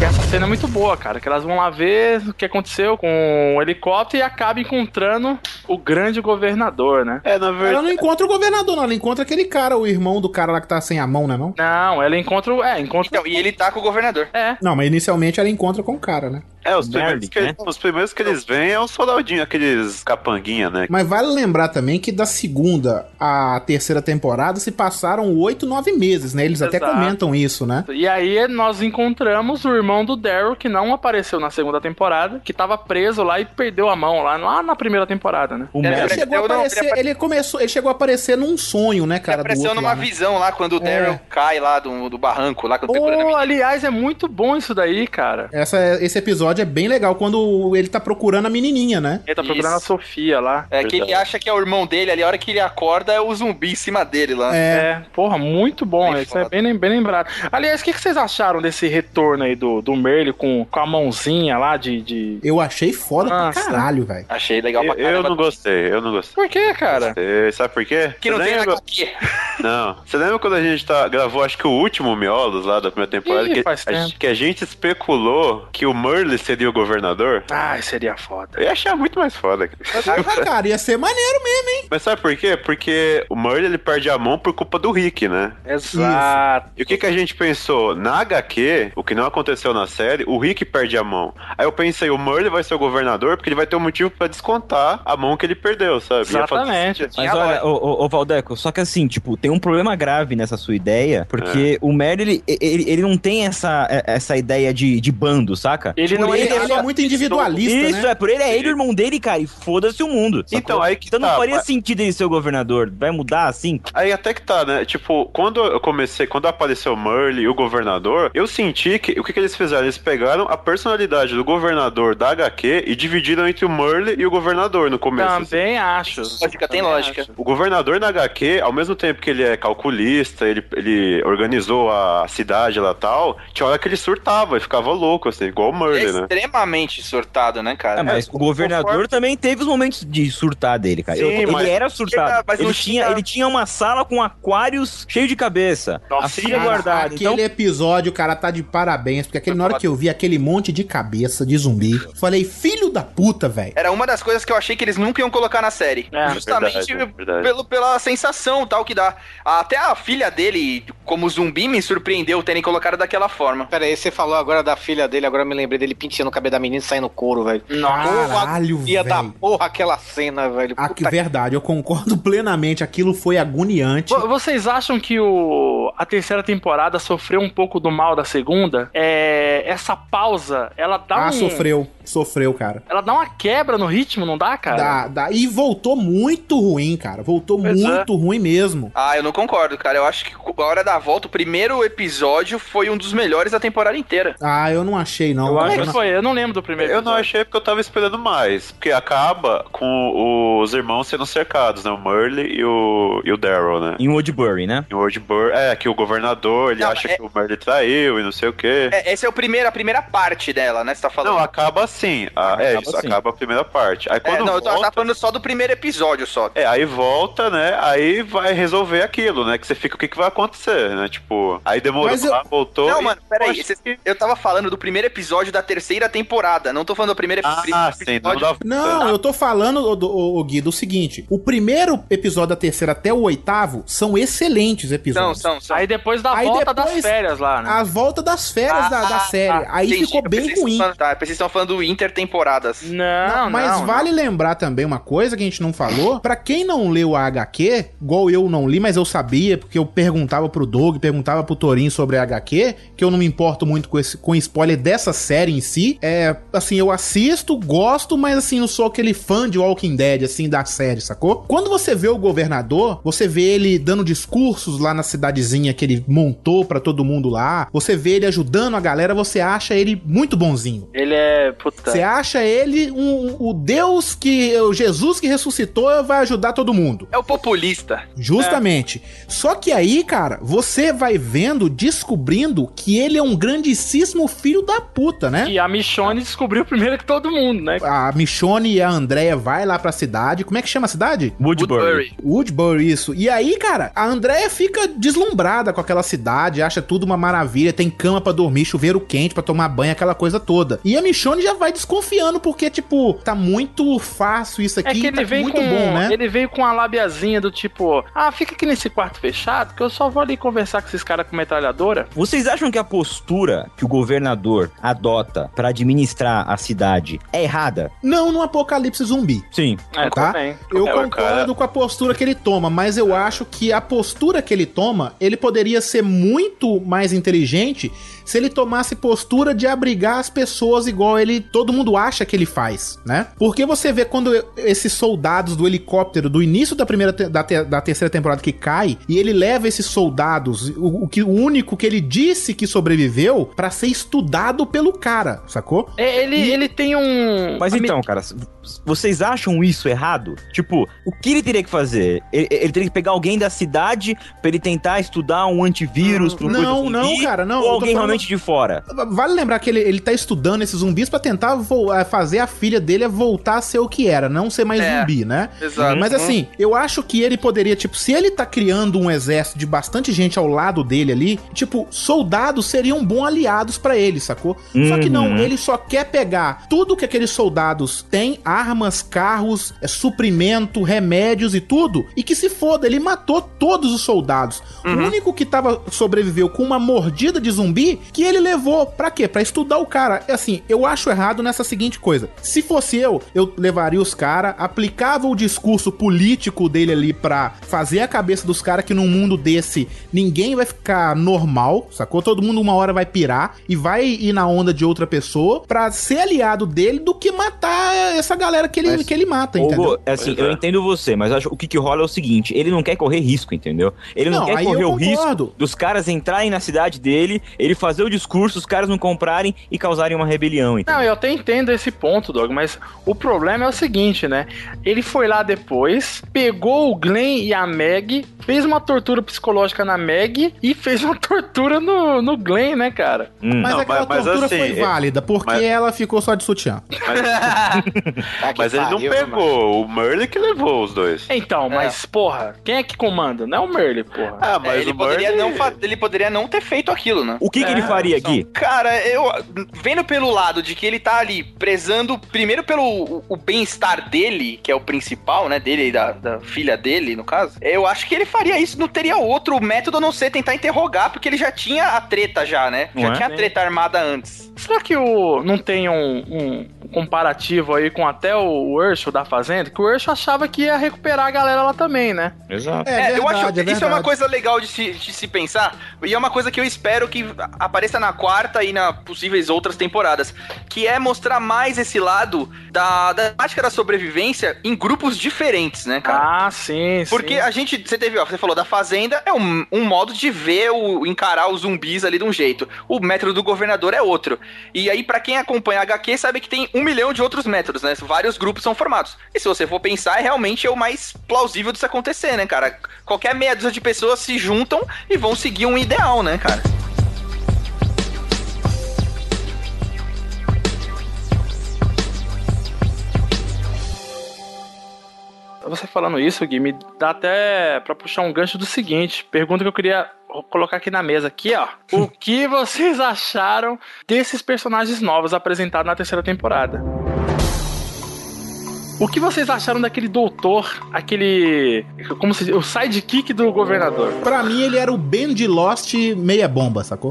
E Essa cena é muito boa, cara. Que elas vão lá ver o que aconteceu com o helicóptero e acaba encontrando o grande governador, né? É, na Ela não encontra o governador, não. Ela encontra aquele cara, o irmão do cara lá que tá sem a mão, né? Não, Não, ela encontra. o- É, encontra. Então, e ele tá com o governador. É. não mas inicialmente ela encontra com o cara, né? É, os primeiros, que, os primeiros que eles vêm é os soldadinhos, aqueles capanguinha, né? Mas vale lembrar também que da segunda à terceira temporada se passaram oito, nove meses, né? Eles até Exato. comentam isso, né? E aí nós encontramos o irmão do Daryl, que não apareceu na segunda temporada, que tava preso lá e perdeu a mão lá, lá na primeira temporada, né? Ele, chegou a aparecer, ele começou, ele chegou a aparecer num sonho, né, cara? do Apareceu outro numa lá, né? visão lá quando o Daryl cai lá do, do barranco, lá quando Pô, aliás, é muito bom isso daí, cara. Essa- esse episódio é bem legal quando ele tá procurando a menininha, né? Ele tá procurando a Sofia lá. É que ele acha que é o irmão dele ali, a hora que ele acorda é o zumbi em cima dele lá. É. porra, muito bom. Bem isso é bem, lem- bem lembrado. Aliás, o que, que vocês acharam desse retorno aí do, do Merle com, com a mãozinha lá de. de... Eu achei foda Nossa. pra caralho, velho. Achei É legal Eu, eu não gostei, eu não gostei. Por quê, cara? Gostei. Sabe por quê? Que não Você tem lembra- HQ. Não. Você lembra quando a gente tá, gravou, acho que o último Miolos lá da primeira temporada, Ih, que, faz a, tempo. gente- que a gente especulou que o Merle seria o governador? Ai, seria foda. Eu ia achar muito mais foda. Ah, cara, ia ser maneiro mesmo, hein? Mas sabe por quê? Porque o Merle ele perde a mão por culpa do Rick, né? Exato. E o que, que a gente pensou? Na HQ, o que não aconteceu na série, o Rick perde a mão. Aí eu pensei, o Merle vai ser o governador porque ele vai ter um motivo pra descontar a mão que ele perdeu, sabe? Ia fazer sentido. Mas olha, ô, ô, ô, Valdeco, só que assim, tipo, tem um problema grave nessa sua ideia, porque o Merlin, ele, ele, ele não tem essa, é, essa ideia de, de bando, saca? Ele Tipo, não- ele- ele é muito individualista, né? Isso, é, por ele é ele o irmão dele, cara, e foda-se o mundo. sacou? Então, aí que Então não tá, faria mas- sentido ele ser o governador. Vai mudar assim? Aí até que tá, né? Tipo, quando eu comecei, quando apareceu o Merle e o governador, eu senti que o que, que eles fizeram? Eles pegaram a personalidade do governador da HQ e dividiram entre o Merle e o governador no começo. assim. Também acho. Lógica, tem lógica. O governador na HQ, ao mesmo tempo que ele é calculista, ele, ele organizou a cidade lá e tal, tinha hora que ele surtava e ficava louco, assim, igual o É Merle, né? extremamente surtado, né, cara? Ah, mas o governador também teve os momentos de surtar dele, cara. Sim, Eu- mas- ele era Chega, surtado. mas não ele, tinha, chega- ele tinha uma sala com aquários cheio de cabeça. a filha Cara, guardada. Ah, Aquele Então, episódio, o cara tá de parabéns, porque aquele, na hora que eu vi aquele monte de cabeça de zumbi, falei, filho da puta, velho. Era uma das coisas que eu achei que eles nunca iam colocar na série. É, Justamente verdade, verdade. Pelo, pela sensação tal que dá. Até a filha dele, como zumbi, me surpreendeu terem colocado daquela forma. Pera aí, você falou agora da filha dele, agora eu me lembrei dele penteando o cabelo da menina e saindo couro, velho. Caralho, velho. Ia velho. da porra aquela cena, velho. Ah, que verdade, eu concordo plenamente. Aquilo foi agoniante. Vo- Vocês acham que o, a terceira temporada sofreu um pouco do mal da segunda? É, essa pausa, ela dá um... Ah, sofreu. Sofreu, cara. Ela dá uma quebra no ritmo, não dá, cara? Dá, dá. E voltou muito ruim, cara. Voltou Pois é. muito ruim mesmo. Ah, eu não concordo, cara. Eu acho que a hora da volta, o primeiro episódio foi um dos melhores da temporada inteira. Ah, eu não achei, não. Como é que não- foi? Eu não lembro do primeiro. Eu não achei porque eu tava esperando mais. Porque acaba com os irmãos sendo cercados, né? O Merle e o, e o Daryl, né? Em Woodbury, né? Em Woodbury. É, que o governador, ele acha que o Merle traiu e não sei o quê. É, essa é o primeiro, a primeira parte dela, né? Você tá falando? Não, acaba assim. Ah, é Acaba isso, assim. acaba a primeira parte. Aí É, quando não, eu tava volta, falando só do primeiro episódio só. é, aí volta, né? Aí vai resolver aquilo, né? Que você fica, o que, que vai acontecer, né? Tipo, aí demorou, Mas eu- lá, voltou. Não, e- mano, peraí. cês- Eu tava falando do primeiro episódio da terceira temporada. Não tô falando do primeiro Ah, primeiro sim, não dá- Tá, Não, eu tô falando, ô, do- ô, ô, Gui, do seguinte: o primeiro episódio da terceira até o oitavo são excelentes episódios. Aí depois da Aí volta depois- Ah, das férias lá, né? Ah, A volta das férias da, da série. Aí ficou bem ruim. tá, vocês estão falando intertemporadas. Não, Mas vale lembrar também uma coisa que a gente não falou. Pra quem não leu a HQ, igual eu não li, mas eu sabia, porque eu perguntava pro Doug, perguntava pro Torinho sobre a HQ, que eu não me importo muito com, esse, com spoiler dessa série em si. É, assim, eu assisto, gosto, mas assim, não sou aquele fã de Walking Dead, assim, da série, sacou? Quando você vê o governador, você vê ele dando discursos lá na cidadezinha que ele montou pra todo mundo lá, você vê ele ajudando a galera, você acha ele muito bonzinho. Ele é. Puta. Tá. Você acha ele um, um- o Deus que. O Jesus que ressuscitou vai ajudar todo mundo. É o populista. Justamente. Só que aí, cara, você vai vendo, descobrindo que ele é um grandíssimo filho da puta, né? E a Michonne descobriu primeiro que todo mundo, né? A Michonne e a Andrea vai lá pra cidade. Como é que chama a cidade? Woodbury. Woodbury, isso. E aí, cara, a Andrea fica deslumbrada com aquela cidade, acha tudo uma maravilha, tem cama pra dormir, chuveiro quente pra tomar banho, aquela coisa toda. E a Michonne já vai desconfiando porque tipo, tá muito fácil isso aqui, É que tá ele veio muito com bom, né? ele veio com a labiazinha do tipo, ah, fica aqui nesse quarto fechado que eu só vou ali conversar com esses caras com metralhadora. Vocês acham que a postura que o governador adota pra administrar a cidade é errada? Não no apocalipse zumbi. Sim. É, tá? também. Eu É, o concordo cara- É. com a postura que ele toma, mas eu acho que a postura que ele toma, ele poderia ser muito mais inteligente se ele tomasse postura de abrigar as pessoas igual ele todo mundo acha que ele faz, né? Porque você vê quando esses soldados do helicóptero do início da primeira te- da, te- da terceira temporada que cai e ele leva esses soldados, o, o que o único que ele disse que sobreviveu pra ser estudado pelo cara, sacou? É, ele, ele tem Hum, um. Mas então, cara, s- vocês acham isso errado? Tipo, o que ele teria que fazer? Ele, ele teria que pegar alguém da cidade pra ele tentar estudar um assim? antivírus pro Não, não, cara, não. Ou eu tô alguém falando- realmente de fora? Vale lembrar que ele, ele tá estudando esses zumbis pra tentar vo- eh, fazer a filha dele voltar a ser o que era, não ser mais É, zumbi, né? exato. Mas Uhum. assim, eu acho que ele poderia, tipo, se ele tá criando um exército de bastante gente ao lado dele ali, tipo, soldados seriam bons aliados pra ele, sacou? Só que não, Uhum. ele só quer pegar tudo que aqueles soldados têm, armas, carros, eh, suprimento, remédios e tudo, e que se foda, ele matou todos os soldados. Uhum. O único que tava sobreviveu com uma mordida de zumbi que ele levou pra quê? Pra estudar o cara. É assim, eu acho errado nessa seguinte coisa. Se fosse eu, eu levaria os caras, aplicava o discurso político dele ali pra fazer a cabeça dos caras que num mundo desse ninguém vai ficar normal, sacou? Todo mundo uma hora vai pirar e vai ir na onda de outra pessoa pra ser aliado dele do que matar essa galera que ele, que ele mata, Ou, entendeu? é assim, eu entendo você, mas acho, o que, que rola é o seguinte: ele não quer correr risco, entendeu? Ele não, Não, quer aí correr eu o concordo. risco dos caras entrarem na cidade dele, ele fazer o discurso, os caras não comprarem e causarem uma rebelião. Então. Não, eu até entendo esse ponto, Dog, mas o problema é o seguinte, né? Ele foi lá depois, pegou o Glenn e a Meg, fez uma tortura psicológica na Meg e fez uma tortura no, no Glenn, né, cara? Mas aquela tortura foi válida, porque ela ficou só de sutiã. Mas ele não pariu, pegou, o Merle que levou os dois. É, Então, mas, porra, quem é que comanda? Não é o Merle, porra. Ah, mas Mas ele o Bird- poderia, não fa- ele poderia não ter feito aquilo, né? O que que ele faria, Gui? Cara, eu. Vendo pelo lado de que ele tá ali prezando, primeiro pelo o, o bem-estar dele, que é o principal, né? Dele e da, da filha dele, no caso. Eu acho que ele faria isso. Não teria outro método a não ser tentar interrogar, porque ele já tinha a treta, já, né? Já Não é? tinha a treta armada antes. Será que o não tem um, um comparativo aí com até o Urso da Fazenda? Que o Urso achava que ia recuperar a galera lá também, né? Exato. É, eu acho que isso é uma coisa. coisa legal de se, de se pensar, e é uma coisa que eu espero que apareça na quarta e na possíveis outras temporadas, que é mostrar mais esse lado da, da prática da sobrevivência em grupos diferentes, né, cara? Ah, sim, Porque a gente, você teve, ó, você falou da fazenda, é um, um modo de ver, o, encarar os zumbis ali de um jeito. O método do governador é outro. E aí, pra quem acompanha a HQ, sabe que tem um milhão de outros métodos, né? Vários grupos são formados. E se você for pensar, é realmente é o mais plausível disso acontecer, né, cara? Qualquer meia dúzia de pessoas se juntam e vão seguir um ideal, né, cara? Você falando isso, Gui, me dá até pra puxar um gancho do seguinte. Pergunta que eu queria colocar aqui na mesa, aqui, ó. O que vocês acharam desses personagens novos apresentados na terceira temporada? O que vocês acharam daquele doutor, aquele. Como se diz? O sidekick do governador? Pra mim, ele era o Ben de Lost meia bomba, sacou?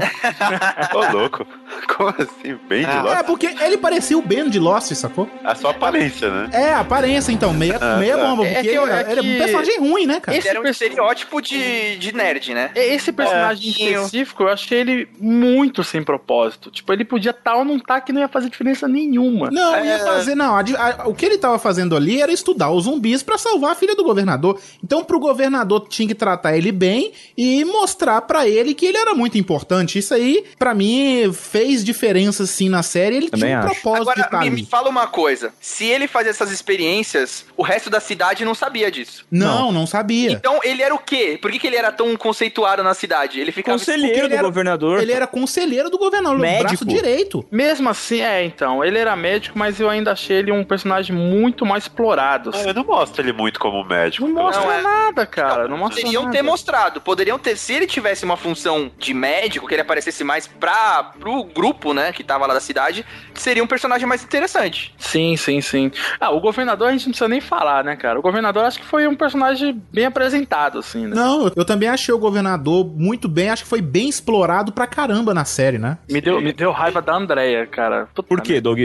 Ô, louco. Como assim? Bem Ah. de É, lá. porque ele parecia o Ben de Lost, sacou? A sua aparência, né? É, a aparência, então, meia, Ah, meia tá. bomba, É porque que eu- ele, é ele é que- é- um personagem ruim, né, cara? Ele era um estereótipo de, de nerd, né? É, Esse personagem Pouquinho. específico, eu achei ele muito sem propósito. Tipo, ele podia estar ou não estar que não ia fazer diferença nenhuma. Não, É. ia fazer, não. a di- a- o que ele tava fazendo ali era estudar os zumbis pra salvar a filha do governador. Então, pro governador tinha que tratar ele bem e mostrar pra ele que ele era muito importante. Isso aí, pra mim, fez diferença sim na série. Ele tinha um propósito de estar Agora, me, me ali. fala uma coisa. Se ele fazia essas experiências, o resto da cidade não sabia disso. Não, não, É. sabia. Então, ele era o quê? Por que, que ele era tão conceituado na cidade? Ele É, ficava... Conselheiro do governador. Ele era conselheiro do governador, Médico. braço direito. Mesmo assim, é, então, ele era médico, mas eu ainda achei ele um personagem muito mais explorado. assim. Ah, eu não mostro ele muito como médico. Não mostra Não, é. nada, cara. Não, um mostra Poderiam nada. ter mostrado, poderiam ter, se ele tivesse uma função de médico, que ele aparecesse mais pra, pro grupo, né, que tava lá da cidade, seria um personagem mais interessante. Sim, sim, sim. Ah, o governador a gente não precisa nem falar, né, cara? O governador acho que foi um personagem bem apresentado, assim, né? Não, eu- eu também achei o governador muito bem. Acho que foi bem explorado pra caramba na série, né? Me deu, me deu raiva da Andrea, cara. Por quê, Doug?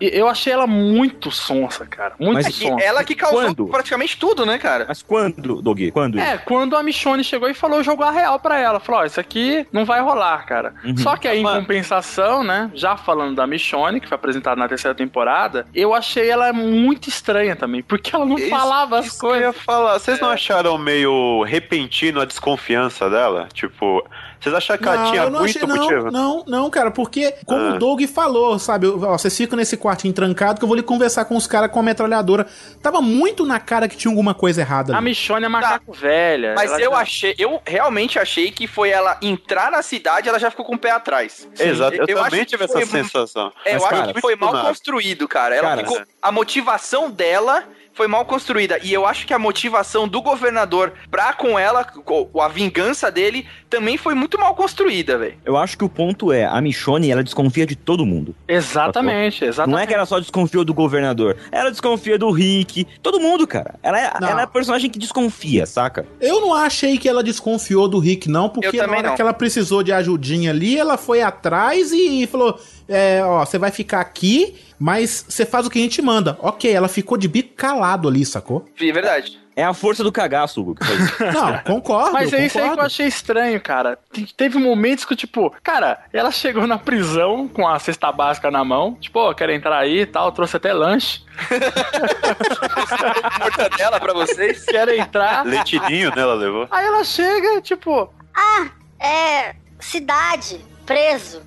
Eu achei ela muito sonsa, cara. Muito Mas sonsa. que- ela que causou Quando? praticamente tudo, né, cara? Mas quando, Doug? Quando? É, quando a Michonne chegou e falou, jogou a real pra ela. Falou, ó, isso aqui não vai rolar, cara. Só que aí, em compensação, né, já falando da Michonne, que foi apresentada na terceira temporada, eu achei ela muito estranha também, porque ela não falava as coisas. falar, vocês É. não acharam meio repentino a desconfiança dela? Tipo, vocês acharam que ela tinha eu muito motivo? não, não, não, cara, porque, como Ah. o Doug falou, sabe, eu- ó, vocês ficam nesse quartinho trancado que eu vou lhe conversar com os caras com a metralhadora. Tava muito na cara que tinha alguma coisa errada. A Michonne é macaco velha. Tá, Mas ela eu já- achei, eu realmente achei que foi ela entrar na cidade, ela já ficou com o pé atrás. Exato, eu, também acho que tive essa foi- sensação. É, eu Mas, acho cara, que foi muito mal nada. construído, cara. Ela Cara, ficou, é. a motivação dela foi mal construída. E eu acho que a motivação do governador pra com ela, co- a vingança dele, também foi muito mal construída, velho. Eu acho que o ponto é, a Michonne, ela desconfia de todo mundo. Exatamente, exatamente. Não é que ela só desconfiou do governador. Ela desconfia do Rick. Todo mundo, cara. Ela é, ela é a personagem que desconfia, saca? Eu não achei que ela desconfiou do Rick, não, Eu porque na também hora não. que ela precisou de ajudinha ali, ela foi atrás e falou: é, ó, você vai ficar aqui, mas você faz o que a gente manda. Ok, ela ficou de bico calado ali, sacou? É verdade. É a força do cagaço, Hugo. que faz isso. Não, concordo. Mas é isso aí que Ah, concordo. eu achei estranho, cara. Te- Teve momentos que, tipo, cara, ela chegou na prisão com a cesta básica na mão. Tipo, ó, quero entrar aí e tal, trouxe até lanche. Mortadela pra vocês. Quero entrar. Leitinho, né, ela levou. Aí ela chega, tipo. Ah, é. Cidade, preso.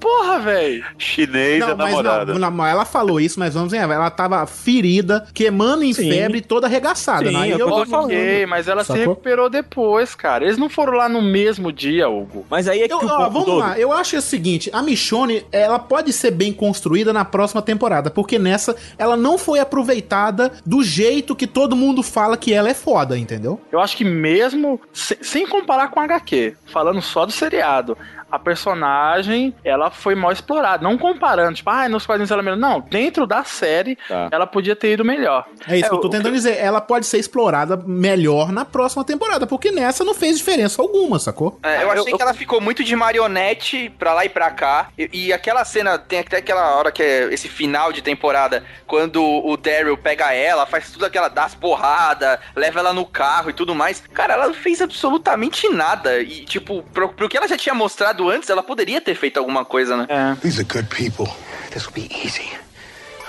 porra, velho. Chinês é mas namorada. não, não, ela falou isso, mas vamos ver, ela tava ferida, queimando em Sim. febre, toda arregaçada. né? Aí eu tô falando. ok, mas ela se Sacou? recuperou depois, cara. Eles não foram lá no mesmo dia, Hugo. Mas aí é Eu- ó, vamos lá, eu acho o seguinte, a Michonne, ela pode ser bem construída na próxima temporada, porque nessa ela não foi aproveitada do jeito que todo mundo fala que ela é foda, entendeu? Eu acho que mesmo se- sem comparar com a HQ, falando só do seriado, a personagem ela foi mal explorada. Não comparando, tipo, ah, nos quadrinhos ela é melhor. Não, dentro da série Tá. ela podia ter ido melhor. É isso que eu tô o- tentando dizer, ela pode ser explorada melhor na próxima temporada, porque nessa não fez diferença alguma, sacou? É, eu achei que ela ficou muito de marionete pra lá e pra cá. E, e aquela cena, tem até aquela hora que é esse final de temporada, quando o Daryl pega ela, faz tudo aquela das porrada, leva ela no carro e tudo mais. Cara, ela não fez absolutamente nada. E, tipo, pro, pro que ela já tinha mostrado antes, ela poderia ter feito alguma coisa, É, né? These are good people. This will be easy.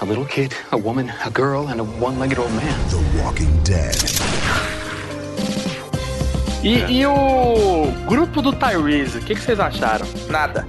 A little kid, a woman, a girl, and a one legged old man. The Walking Dead. E, e o grupo do Tyrese, o que, que vocês acharam? Nada.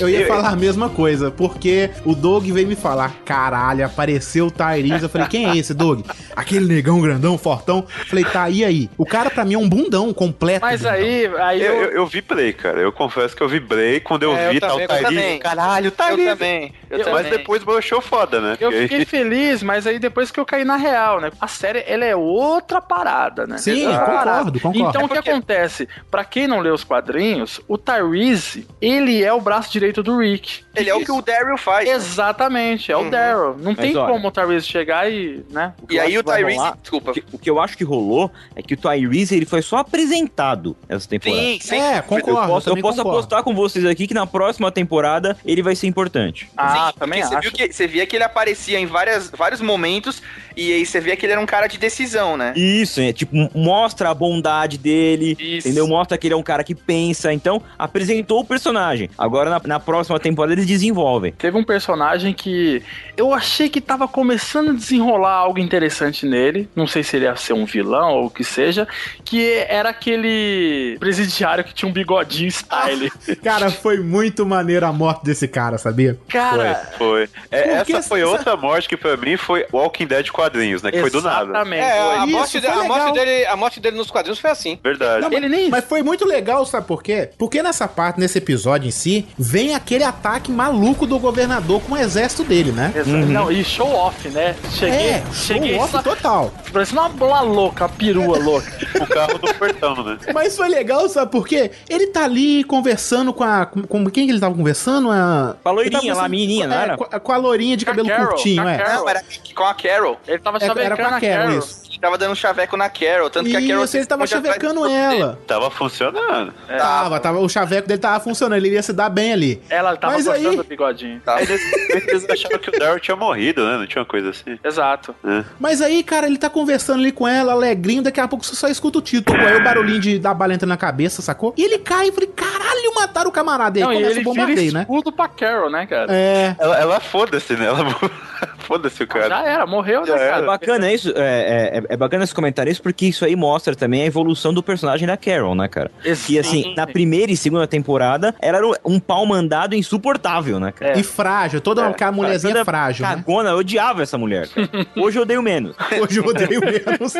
Eu ia falar a mesma coisa, porque o Doug veio me falar, caralho, apareceu o Tyrese. Eu falei, quem é esse, Doug? Aquele negão grandão, fortão. Eu falei, tá, e aí? O cara pra mim é um bundão completo. bundão. aí eu, eu, eu vibrei, cara. Eu confesso que eu vibrei quando eu É, eu vi tal também, eu Tyrese. também. Caralho, tá Tyrese. Eu também, eu Mas também. depois broxou foda, né? Eu Porque- fiquei feliz, mas aí depois que eu caí na real, né? A série, ela é outra parada, né? Sim, É outra concordo, parada. concordo. Então, É o que acontece? Pra quem não lê os quadrinhos, o Tyrese, ele é o braço direito do Rick. Ele é o que o Daryl faz. Exatamente, é o Uhum. Daryl. Não Mas tem olha- como o Tyrese chegar e, né? que eu acho que vai rolar- desculpa. o que- o que eu acho que rolou é que o Tyrese ele foi só apresentado essa temporada. Sim, sim. É, Eu concordo, posso, eu também posso concordo. apostar com vocês aqui que na próxima temporada ele vai ser importante. Ah, também você Viu que, você via que ele aparecia em várias, vários momentos e aí você via que ele era um cara de decisão, né? Isso, é tipo, mostra a bondade dele, entendeu? Mostra que ele é um cara que pensa. Então, apresentou o personagem. Agora, na, na próxima temporada, eles desenvolvem. Teve um personagem que eu achei que tava começando a desenrolar algo interessante nele. Não sei se ele ia ser um vilão ou o que seja. Que era aquele presidiário que tinha um bigodinho Ah, style. Cara, foi muito maneiro a morte desse cara, sabia? Cara, Foi. foi. É, Por essa que foi essa- outra morte que pra mim foi Walking Dead quadrinhos, né? Que foi do nada. É, a, morte de- a morte dele, a morte dele nos quadrinhos foi assim. Verdade. Não, mas, mas foi muito legal, sabe por quê? Porque nessa parte, nesse episódio em si, vem aquele ataque maluco do governador com o exército dele, né? Não, e show off, né? Cheguei, É, show cheguei off total. Parecendo uma bola louca, uma perua louca. o carro do portão, né? Mas foi legal, sabe por quê? Ele tá ali conversando com a. Com, com quem que ele tava conversando? A, Com a loirinha Ele tava lá, conversando- a menininha, não é, era? Com, a- com a loirinha de cabelo curtinho, é. Não, era com a Carol. Ele tava É, era chavecando com a a Carol, Carol. isso. Ele tava dando chaveco na Carol, tanto que a Carol... Isso, ele tava responde atrás É. chavecando do- ela. Tava funcionando. É. Tava, tava, o chaveco dele tava funcionando, ele ia se dar bem ali. Ela tava Mas gostando aí- do bigodinho. Tá. É, Aí eles, eles acharam que o Daryl tinha morrido, né? Não tinha uma coisa assim. Exato. Mas aí, cara, ele tá conversando ali com ela, alegrinho, daqui a pouco você só escuta o título, aí o barulhinho de, da bala entra na cabeça, sacou? E ele cai e falei, caralho, mataram o camarada. E aí Não, e começa ele o vira bombardeio, né? escudo pra Carol, né, cara? É. Ela, ela foda-se, né? Ela foda-se o cara. Já era, morreu, né, Já É cara? bacana isso, é, é, é bacana esse comentário isso, porque isso aí mostra também a evolução do personagem da Carol, né, cara? E assim, na primeira e segunda temporada, ela era um pau mandado insuportável, né, cara? É. E frágil, toda aquela mulherzinha toda frágil, né? Cagona, eu odiava essa mulher. cara. Hoje eu odeio menos. Hoje eu odeio menos.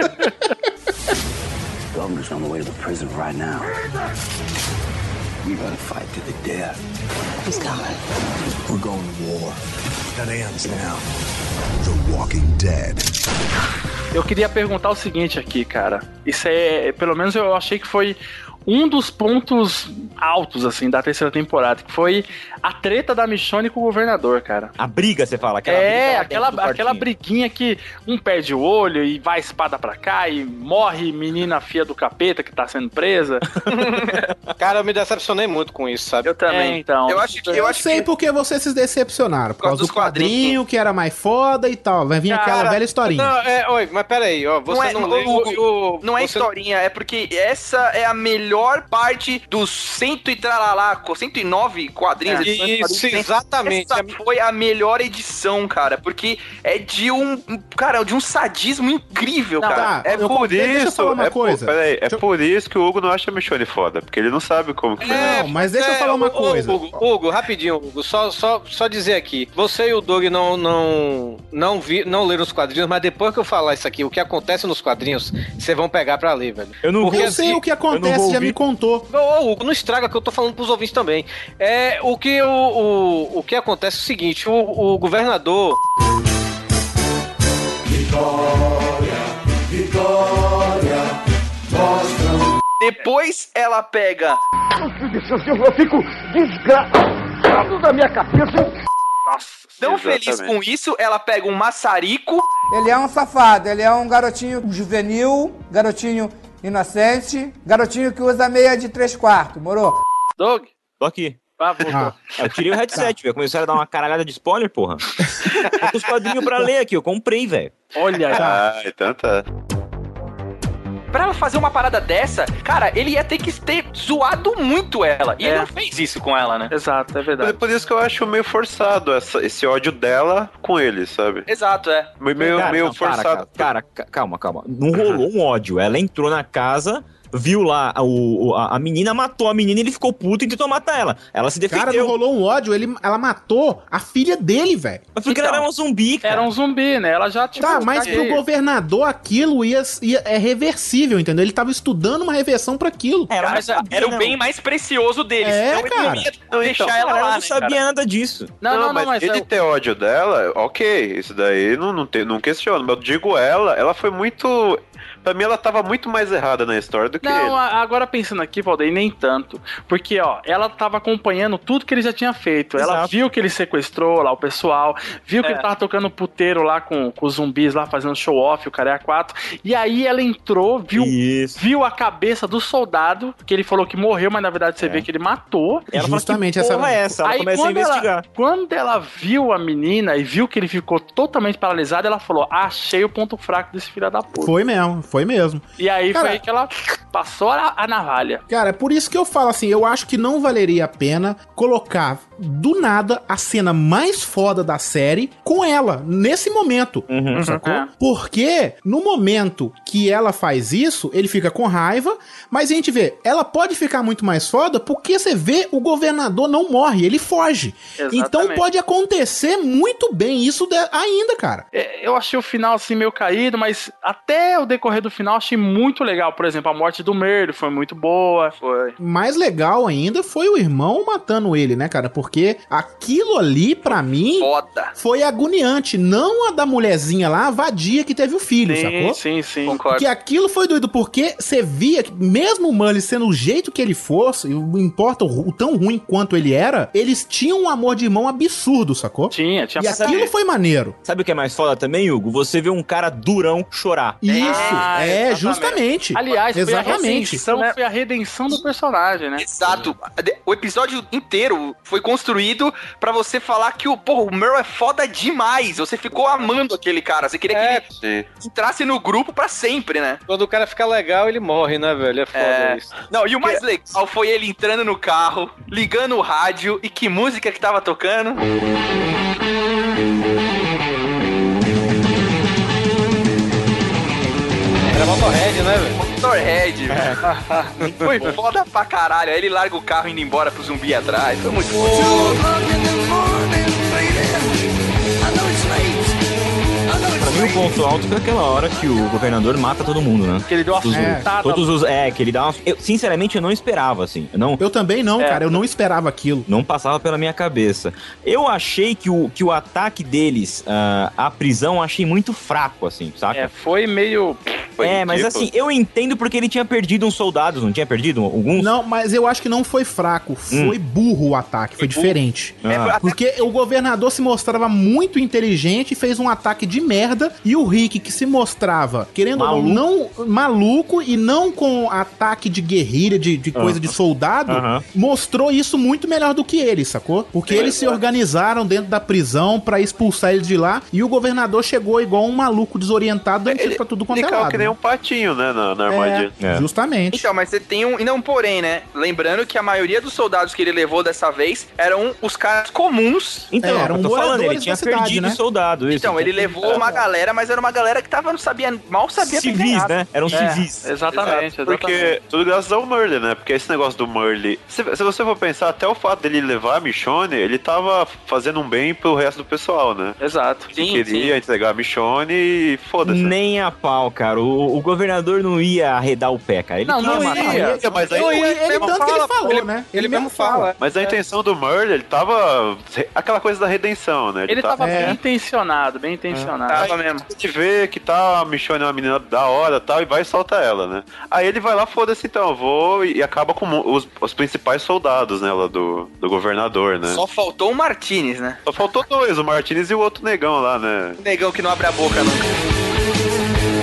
Governor's on the way to the prison right now. We're gonna fight to the death. He's coming. We're going to war. That ends now. The Walking Dead. Eu queria perguntar o seguinte aqui, cara. Isso é, pelo menos eu achei que foi um dos pontos altos, assim, da terceira temporada, que foi a treta da Michonne com o governador, cara. A briga, você fala. Aquela briga é, lá aquela, dentro do aquela quartinho. briguinha que um perde o olho e vai a espada pra cá e morre menina fia do capeta que tá sendo presa. Cara, eu me decepcionei muito com isso, sabe? Eu também. então. Eu acho que... Eu Eu acho sei que... porque vocês se decepcionaram. Por causa do quadrinho que era mais foda e tal. Vai vir aquela Cara, velha historinha. Não, é, oi, mas é, peraí, ó, você não, é, leu Hugo, o- o- não é você- historinha, é porque essa é a melhor melhor parte dos cento e tralalá, 109 quadrinhos. É, edições de isso, quadrinhos. exatamente. Essa foi a melhor edição, cara, porque é de um, cara, de um sadismo incrível, Não, cara. tá, é eu por comprei, deixa eu isso, falar uma é por- coisa. Peraí, é por isso que o Hugo não acha a Michonne foda, porque ele não sabe como que é. Não, mas deixa eu falar uma coisa. Hugo, Hugo, rapidinho, Hugo, só, só, só dizer aqui. Você e o Doug não, não, não, vi, não leram os quadrinhos, mas depois que eu falar isso aqui, o que acontece nos quadrinhos, vocês vão pegar pra ler, velho. assim, Eu não vou- Eu sei o que acontece, já me contou. Ô, Hugo, não estraga que eu tô falando pros ouvintes também. É, o, que, o, o, o que acontece é o seguinte, o, o governador... Depois ela pega. Eu fico desgraçado da minha cabeça. Nossa, tão Exatamente. feliz com isso, ela pega um maçarico. Ele é um safado, ele é um garotinho juvenil, garotinho inocente, garotinho que usa meia de três quartos, moro? Dog? Tô aqui. Ah, Eu tirei Tá. o headset, velho. Começaram a dar uma caralhada de spoiler, porra. Tô com os quadrinhos pra ler aqui, eu comprei, velho. Olha aí. Ah, então tá. Pra ela fazer uma parada dessa, cara, ele ia ter que ter zoado muito ela. E ele É. não fez isso com ela, né? Exato, é Mas é verdade. por isso que eu acho meio forçado essa- esse ódio dela com ele, sabe? Exato, é. Meio, meio, Cara, meio não, para, forçado. Cara, ca- calma, calma. Não rolou um ódio. Ela entrou na casa, viu lá a, o- o- a, a menina, matou a menina, ele ficou puto e tentou matar ela. Ela se defendeu. Cara, não rolou um ódio, ele, ela matou a filha dele, velho. Mas porque Então, ela era um zumbi, cara. Era um zumbi, né? Ela já, tipo... Tá, mas pro caguei. governador aquilo ia, ia- é reversível, entendeu? Ele tava estudando uma reversão pra aquilo. Era, Mas a- era o bem mais precioso deles. É, então ele cara. não ia Não, deixar então, ela ela lá, não né, sabia cara? nada disso. Não, não, não, mas, mas ele eu- ter ódio dela, ok, isso daí não, não, tem, não questiono, mas eu digo ela, ela foi muito... Pra mim ela tava muito mais errada na história do que Não, ele. a- agora pensando aqui, Valdeir, nem tanto. Porque, ó, ela tava acompanhando tudo que ele já tinha feito. Ela viu que ele sequestrou lá o pessoal, viu que É. ele tava tocando puteiro lá com, com os zumbis lá, fazendo show-off, o cara é a quatro. E aí ela entrou, viu, viu a cabeça do soldado, que ele falou que morreu, mas na verdade você vê que ele matou. Ela fala, Justamente, "Que essa- porra é essa?" Ela Aí, começa a quando ela- investigar. quando ela viu a menina e viu que ele ficou totalmente paralisado, ela falou, achei o ponto fraco desse filho da puta. Foi mesmo, foi mesmo. E aí Cara- foi aí que ela passou a, a navalha. Cara, é por isso que eu falo assim, eu acho que não valeria a pena colocar do nada a cena mais foda da série com ela, nesse momento, Uhum. Uhum. sacou? É. Porque no momento que ela faz isso, ele fica com raiva, mas a gente vê, ela pode ficar muito mais foda porque você vê o governador não morre, ele foge. Exatamente. Então pode acontecer muito bem isso de- ainda, cara. É, Eu achei o final assim meio caído, mas até o decorrer do final achei muito legal. Por exemplo, a morte do Merle foi muito boa. Foi. mais legal ainda foi o irmão matando ele, né, cara? Porque aquilo ali, pra mim, foi agoniante. Não a da mulherzinha lá, a vadia que teve o filho, Sim, sacou? sim, sim. Que aquilo foi doido, porque você via que mesmo o Mully sendo o jeito que ele fosse, e não importa o, ru- o tão ruim quanto ele era, eles tinham um amor de irmão absurdo, sacou? Tinha, E aquilo foi maneiro. Sabe o que é mais foda também, Hugo? Você vê um cara durão chorar. Isso, é, justamente. Aliás, foi a Exatamente. redenção, Né? foi a redenção do personagem, né? Exato. O episódio inteiro foi construído pra você falar que o, porra, o Merle é foda demais. Você ficou amando aquele cara. Você queria É. que ele assim. entrasse no grupo pra sempre, né? Quando o cara fica legal, ele morre, né, velho? É foda É. isso. Não, e o mais legal foi ele entrando no carro, ligando o rádio e que música que tava tocando. Era Motorhead, né, velho? É. Motorhead, velho. Foi foda pra caralho. Aí ele larga o carro indo embora pro zumbi atrás. Foi muito foda. Pra mim, o ponto alto foi aquela hora que o governador mata todo mundo, né? Que ele deu uma todos, surtada. todos os É, que ele dá uma. Eu, sinceramente, eu não esperava, assim. Eu, não, eu também não, É. cara. Eu não esperava aquilo. Não passava pela minha cabeça. Eu achei que o, que o ataque deles ah, à prisão, eu achei muito fraco, assim, saca? É, foi meio. é, mas assim, eu entendo porque ele tinha perdido uns soldados, não tinha perdido alguns? Não, mas eu acho que não foi fraco, Hum. foi burro o ataque, foi, diferente. É, Ah. até- Porque o governador se mostrava muito inteligente e fez um ataque de merda, e o Rick, que se mostrava, querendo ou não, não- maluco e não com ataque de guerrilha, de, de coisa Ah. de soldado, Aham. mostrou isso muito melhor do que ele, sacou? É. Porque eles se organizaram dentro da prisão pra expulsar ele de lá, e o governador chegou igual um maluco desorientado, dando tiro pra tudo quanto é Explicar o lado. que ele nenhum patinho, né, na, É. na armadilha. Justamente. Então, mas você tem um. E não, porém, né? Lembrando que a maioria dos soldados que ele levou dessa vez eram os caras comuns. Então, É, eram eu tô falando, ele moradores tinha da cidade, perdido né? soldado, isso, então, então. ele levou uma galera, mas era uma galera que tava, não sabia, mal sabia Civis, pegar nada. né? Eram É, civis. Exatamente, Exato, Porque tudo graças ao Merle, né? Porque esse negócio do Merle. Se, se você for pensar, até o fato dele levar a Michonne, ele tava fazendo um bem pro resto do pessoal, né? Exato. Ele queria entregar a Michonne e foda-se. Nem a pau, cara. O, o governador não ia arredar o pé, cara. Ele Não, queria não matar ia. ele. Então, Mas aí- Não ia, ele tanto que ele falou, ele- né? ele mesmo fala. Mas a intenção do Merle, ele tava. aquela coisa da redenção, né? Ele tava É. bem intencionado, bem intencionado. Aí A gente vê que tá a Michonne é uma menina da hora tal, e vai e solta ela, né? Aí ele vai lá, foda-se então, eu vou e acaba com mu- os, os principais soldados, né, lá do, do governador, né? É. Só faltou o Martinez, né? Só faltou dois, o Martinez e o outro negão lá, né? Negão que não abre a boca, não.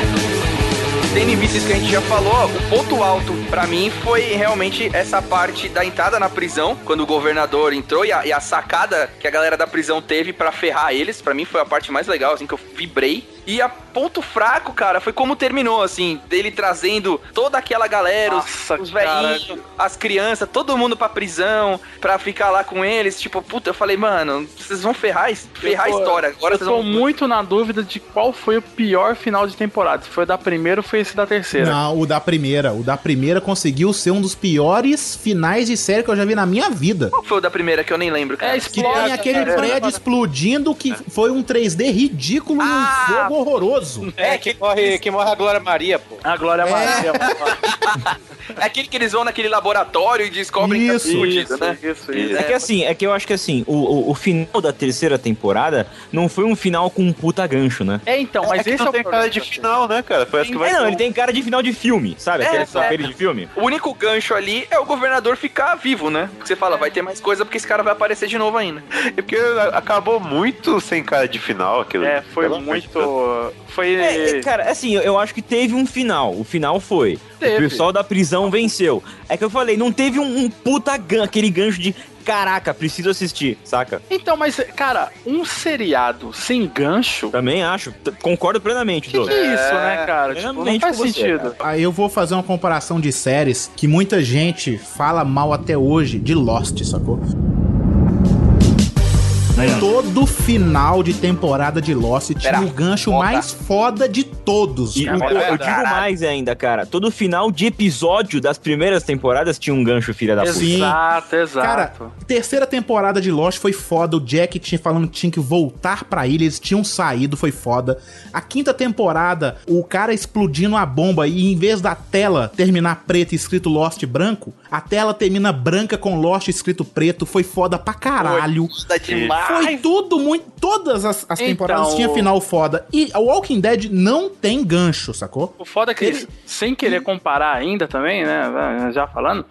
Tem inimigos que a gente já falou, o ponto alto pra mim foi realmente essa parte da entrada na prisão, quando o governador entrou e a, e a sacada que a galera da prisão teve pra ferrar eles, pra mim foi a parte mais legal, assim, que eu vibrei. E a ponto fraco, cara, foi como terminou, assim, dele trazendo toda aquela galera, os- os velhinhos, as crianças, todo mundo pra prisão, pra ficar lá com eles, tipo, puta, eu falei, mano, vocês vão ferrar, es- ferrar Eu a tô- história, agora eu vocês tô vão... muito na dúvida de qual foi o pior final de temporada. Se foi o da primeira ou foi esse da terceira? Não, o da primeira. O da primeira conseguiu ser um dos piores finais de série que eu já vi na minha vida. Qual foi o da primeira que eu nem lembro, cara? É, Que tem aquele prédio explodindo que foi um 3D ridículo e um fogo horroroso. É, que morre, que morre a Glória Maria, pô. A Glória Maria. É aquele que eles vão naquele laboratório e descobrem Isso, que tá fudido, isso, né? É que assim, é que eu acho que assim, o, o, o final da terceira temporada não foi um final com um puta gancho, né? É, então, mas esse é o tem problema. cara de final, né, cara? Parece que vai É, não, ser ele tem cara de final de filme, sabe? Aquele É, só é. aquele de filme. O único gancho ali é o governador ficar vivo, né? Porque você fala, vai ter mais coisa porque esse cara vai aparecer de novo ainda. É porque acabou muito sem cara de final aquilo. É, foi muito- Foi. É, é, cara, assim, eu- eu acho que teve um final. O final foi. Teve. O pessoal da prisão venceu. É que eu falei, não teve um, um puta gan, aquele gancho de caraca, preciso assistir, saca? Então, mas, cara, um seriado sem gancho. Também acho, t- concordo plenamente, Que, que é isso, né, cara? Tipo, não faz sentido. Aí eu vou fazer uma comparação de séries que muita gente fala mal até hoje de Lost, sacou? Todo final de temporada de Lost tinha o gancho mais foda de todos. E o- cara. eu digo mais ainda, cara. Todo final de episódio das primeiras temporadas tinha um gancho, filha da puta. Exato, exato. Cara, terceira temporada de Lost foi foda. O Jack tinha falando que tinha que voltar pra ilha, eles tinham saído, foi foda. A quinta temporada, o cara explodindo a bomba e em vez da tela terminar preta e escrito Lost branco, a tela termina branca com Lost escrito preto, foi foda pra caralho. Tá demais. Foi tudo muito. Todas as, as Então, temporadas tinha final foda. E a Walking Dead não tem gancho, sacou? O foda é que, Ele- sem querer comparar ainda também, né? Já falando.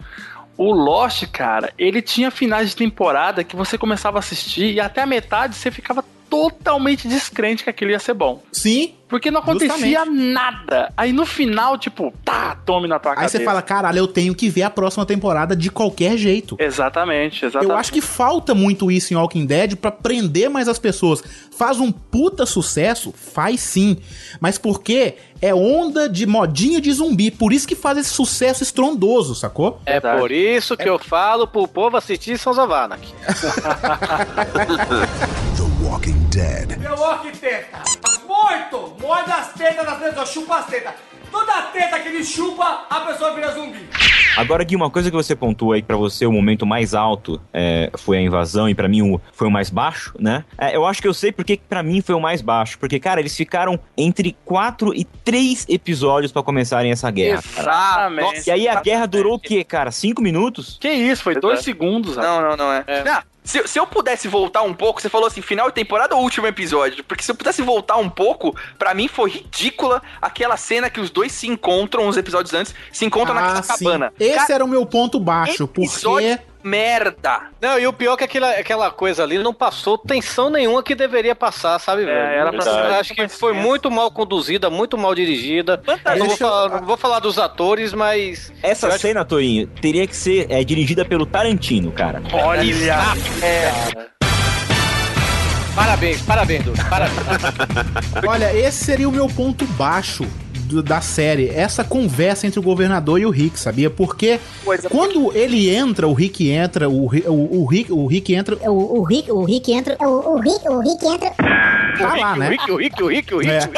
O Lost, cara, ele tinha finais de temporada que você começava a assistir e até a metade você ficava totalmente descrente que aquilo ia ser bom. Sim. Porque não acontecia nada. Aí no final, tipo, tá, tome na tua Aí cabeça. você fala, caralho, eu tenho que ver a próxima temporada de qualquer jeito. Exatamente, exatamente. tá Eu acho que falta muito isso em Walking Dead pra prender mais as pessoas. Faz um puta sucesso? Faz sim. Mas porque é onda de modinha de zumbi. Por isso que faz esse sucesso estrondoso, sacou? É por isso que eu falo pro povo assistir São Zavanak. The Walking Dead. Meu arquiteta, muito! Morde as tetas da frente, ó, chupa as tetas. Toda teta que ele chupa, a pessoa vira zumbi. Agora, Gui, uma coisa que você pontua aí que pra você o momento mais alto é, foi a invasão e pra mim o, foi o mais baixo, né? É, eu acho que eu sei porque que pra mim foi o mais baixo. Porque, cara, eles ficaram entre 4 e 3 episódios pra começarem essa guerra. cara. Exatamente. Ah, Nossa, E aí a guerra durou o quê, cara? 5 minutos? Que isso, foi 2 segundos. Não, Não, não, não é. Ah, se, se eu pudesse voltar um pouco, você falou assim, final de temporada ou último episódio? Porque se eu pudesse voltar um pouco, pra mim foi ridícula aquela cena que os dois se encontram uns episódios antes, se encontram naquela sim. cabana. É, Esse era o meu ponto baixo, porque... Merda! Não, e o pior é que aquela, aquela coisa ali não passou tensão nenhuma que deveria passar, sabe, velho? era pra Eu ser acho que foi muito mal conduzida, muito mal dirigida. Eu Não vou, Deixa eu- falar, não vou falar dos atores, mas. Essa eu acho- cena, Torinho, teria que ser é, dirigida pelo Tarantino, cara. Olha! Parabéns, parabéns, Dudu. Parabéns. Olha, esse seria o meu ponto baixo do- da série, essa conversa entre o governador e o Rick, sabia? Porque quando ele entra, o Rick entra, o, Ri- o, o Rick, o Rick entra. É, O, o Rick, o Rick entra. O, o Rick, o Rick entra. Tá Ah, lá, né? Rick, o Rick, o Rick, o É. Rick.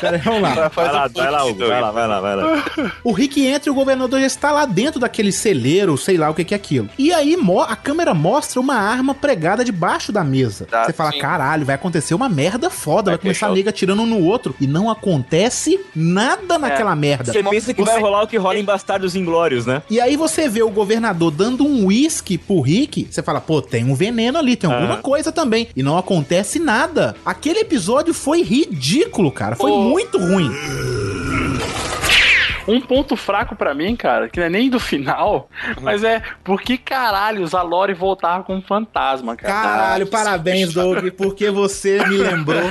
Pera aí, vamos lá. Vai lá, vai lá, Hugo, vai lá, vai lá, vai lá. O Rick entra e o governador já está lá dentro daquele celeiro, sei lá o que, que é aquilo. E aí mo- a câmera mostra uma arma pregada debaixo da mesa. Você fala, caralho, vai acontecer uma merda foda, vai, começar a nega tirando um no outro. E não acontece nada naquela merda. Você pensa que vai rolar o que rola em Bastardos Inglórios, né? E aí você vê o governador dando um uísque pro Rick, você fala, pô, tem um veneno ali, tem alguma Ah. coisa também. E não acontece nada. Aquele episódio foi ridículo, cara. Foi muito ruim. Um ponto fraco pra mim, cara, que não é nem do final, mas é por que caralhos a Lori voltava com um fantasma, cara? Caralho, parabéns, Doug, porque você me lembrou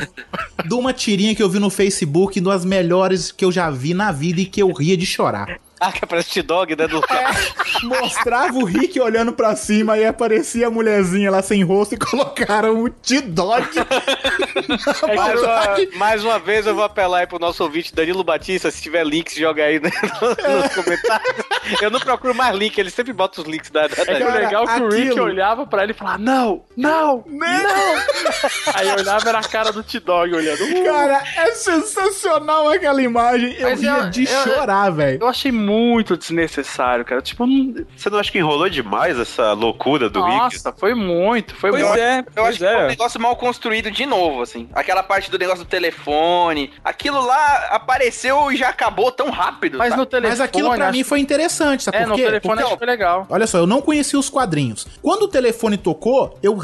de uma tirinha que eu vi no Facebook, das melhores que eu já vi na vida e que eu ria de chorar. Ah, que parece T-Dog, né? Do... Mostrava o Rick olhando pra cima e aparecia a mulherzinha lá sem rosto e colocaram o T-Dog. É mais, uma, mais uma vez eu vou apelar aí pro nosso ouvinte Danilo Batista, se tiver links, joga aí né, nos comentários. Eu não procuro mais link, ele sempre bota os links da. da É que o legal é que o Rick olhava pra ele e falava, não, não, Né, não. Aí eu olhava era a cara do T-Dog olhando. "Uh". Cara, é sensacional aquela imagem. Eu Mas ria eu- de eu- chorar, velho. Eu achei muito desnecessário, cara. Tipo, não- Você não acha que enrolou demais essa loucura do Rick? nossa, foi muito, foi Pois muito. é, eu pois acho é. que Um negócio mal construído de novo, assim. Aquela parte do negócio do telefone. Aquilo lá apareceu e já acabou tão rápido. Mas sabe? no telefone. Mas aquilo pra mim foi interessante, sabe É, por no quê? Então- telefone Porque, acho ó, que foi legal. Olha só, eu não conhecia os quadrinhos. Quando o telefone tocou, eu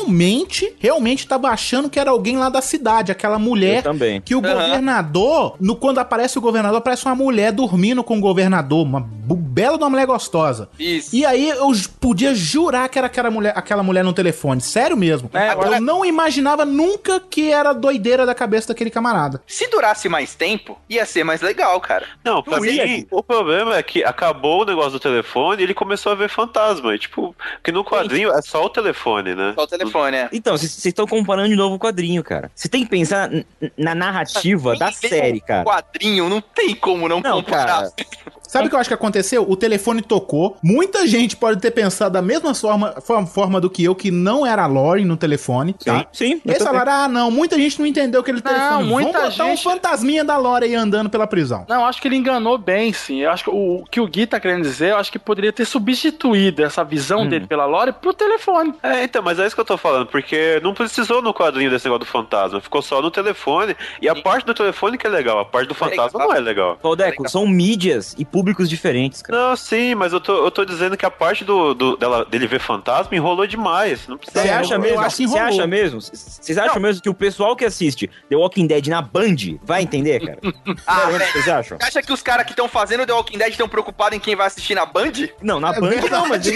realmente, realmente tava achando que era alguém lá da cidade, aquela mulher. Eu também. Que o Aham. governador, no, quando aparece o governador, aparece uma mulher dormindo com o governador, uma bu- bela de uma mulher gostosa. Isso. E aí eu j- podia jurar que era aquela mulher, aquela mulher no telefone, sério mesmo. É, eu agora- não imaginava nunca que era doideira da cabeça daquele camarada. Se durasse mais tempo, ia ser mais legal, cara. Não, pra mim, o problema é que acabou o negócio do telefone e ele começou a ver fantasma. E, tipo, que no quadrinho é só o telefone, né? Só o telefone, é. Então, vocês vocês estão comparando de novo o quadrinho, cara. Você tem que pensar n- n- na narrativa da série, cara. quadrinho, não tem como não, não cara. Sabe o que eu acho que aconteceu? O telefone tocou. Muita gente pode ter pensado da mesma forma, forma, forma do que eu, que não era a Lori no telefone. Tá? Sim, sim. E aí falaram, ah, não, muita gente não entendeu aquele telefone. Vamos muita botar um gente- fantasminha da Lori aí andando pela prisão. Não, acho que ele enganou bem, sim. Eu acho que o, o que o Gui tá querendo dizer, eu acho que poderia ter substituído essa Hum. visão dele pela Lore pro telefone. É, então, mas é isso que eu tô falando, porque não precisou no quadrinho desse negócio do fantasma, ficou só no telefone. E a parte do telefone que é legal, a parte do fantasma não é legal. Valdeco, são mídias e públicos diferentes, cara. Não, sim, mas eu tô, eu tô dizendo que a parte do, do- dela, dele ver fantasma enrolou demais. Não precisa. Você acha enrolar. mesmo? Você acha mesmo? C- c- Vocês acham mesmo que o pessoal que assiste The Walking Dead na Band vai entender, cara? Ah, Sério, velho. vocês acham? Você acha que os caras que estão fazendo The Walking Dead estão preocupados em quem vai assistir na Band? Não, na Band não, mas.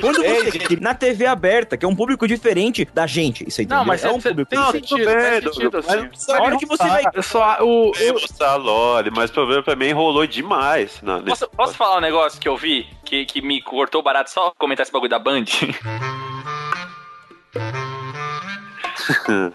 Quando você na TV aberta, que é um público diferente da gente, isso aí Não, mas é um você- público tem diferente. sentido, faz sentido, mas assim. não precisa A hora que você vai- Eu só- o- Eu ia mostrar a Lore, mas o problema pra mim é enrolou demais. Não, nesse- Posso, posso falar um negócio que eu vi, que, que me cortou barato só comentar esse bagulho da Band?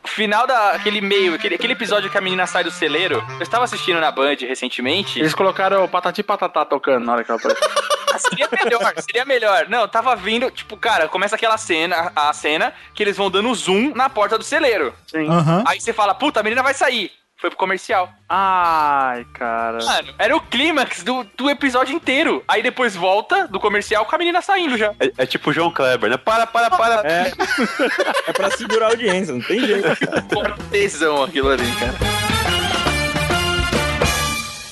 Final daquele meio, aquele, aquele episódio que a menina sai do celeiro, eu estava assistindo na Band recentemente. Ah, Eles colocaram o patati e patatá tocando na hora que ela apareceu. Seria melhor, seria melhor. Não, tava vindo, tipo, cara, começa aquela cena, a cena que eles vão dando zoom na porta do celeiro. Sim. Aham. Aí você fala, puta, a menina vai sair. Foi pro comercial. Ai, cara. Mano, era o clímax do, do episódio inteiro. Aí depois volta do comercial com a menina saindo já. É, é tipo o João Kleber, né? Para, para, para. É. É pra segurar a audiência, não tem jeito. Tesão aquilo ali, cara.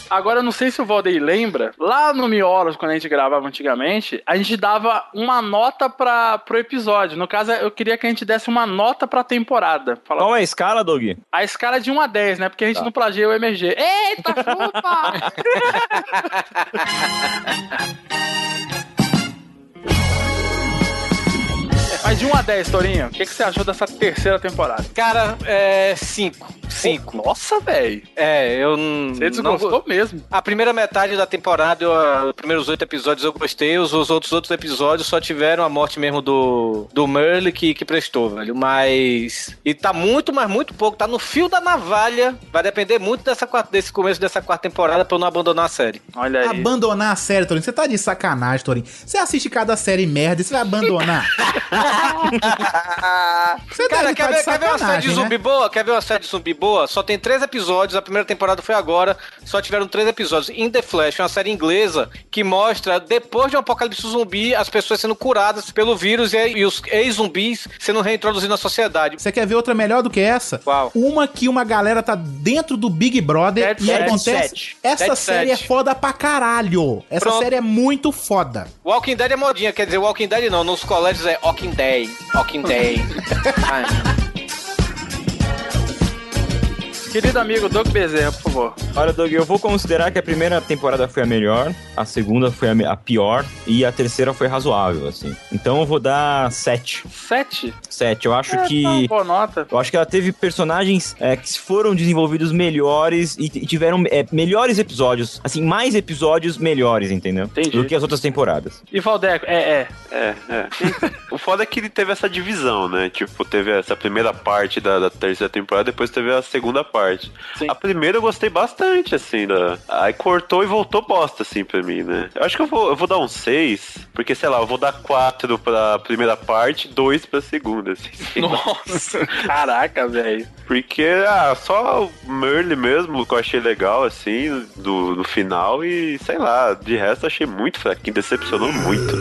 Agora, eu não sei se o Valdeir lembra, lá no Miolos, quando a gente gravava antigamente, a gente dava uma nota pra, pro episódio. No caso, eu queria que a gente desse uma nota pra temporada. Falava- Qual é a escala, Doug? A escala é de 1 a 10, né? Porque a gente Tá. não plagia o Então, MG. Eita, chupa! Mas Vai de 1 a 10, Torinho. O que, que você achou dessa terceira temporada? Cara, é. 5. 5. Nossa, velho. É, eu não. Você desgostou não- mesmo. A primeira metade da temporada, eu- os primeiros oito episódios eu gostei, os, os outros outros episódios só tiveram a morte mesmo do, do Merle que, que prestou, velho. Mas. E tá muito, mas muito pouco, tá no fio da navalha. Vai depender muito dessa quarta- desse começo dessa quarta temporada pra eu não abandonar a série. Olha Abandonar a série, Torinho. Você tá de sacanagem, Torinho. Você assiste cada série merda e você vai abandonar. Você Cara, deve quer, tá de ver, quer ver uma série sacanagem, de né? zumbi boa? Quer ver uma série de zumbi boa? Só tem três episódios, a primeira temporada foi agora, só tiveram três episódios. In The Flash, uma série inglesa que mostra, depois de um apocalipse zumbi, as pessoas sendo curadas pelo vírus e, e os ex-zumbis sendo reintroduzidos na sociedade. Você quer ver outra melhor do que essa? Qual? Uma que uma galera tá dentro do Big Brother e Dead acontece. Set. Essa Dead série Set. é foda pra caralho. Essa Pronto. série é muito foda. Walking Dead é modinha, quer dizer, Walking Dead não, nos colégios é Walking Dead, Walking Dead. Querido amigo Doug Bezerra, por favor. Olha, Doug, eu vou considerar que a primeira temporada foi a melhor, a segunda foi a, me- a pior e a terceira foi razoável, assim. Então eu vou dar sete. Sete? Sete. Eu acho É, que. tá uma boa nota. Eu acho que ela teve personagens é, que foram desenvolvidos melhores e, e tiveram é, melhores episódios. Assim, mais episódios melhores, entendeu? Entendi. Do que as outras temporadas. E Valdeco, é, é. É, é. o foda é que ele teve essa divisão, né? Tipo, teve essa primeira parte da, da terceira temporada, depois teve a segunda parte. A primeira eu gostei bastante, assim, da... Aí cortou e voltou bosta, assim, pra mim, né? Eu acho que eu vou, eu vou dar um 6, porque, sei lá, eu vou dar 4 pra primeira parte, 2 pra segunda, assim. sei lá. Nossa, caraca, velho. Porque, ah, só o Merle mesmo que eu achei legal, assim, do, no final, e sei lá, de resto eu achei muito fraquinho, decepcionou muito.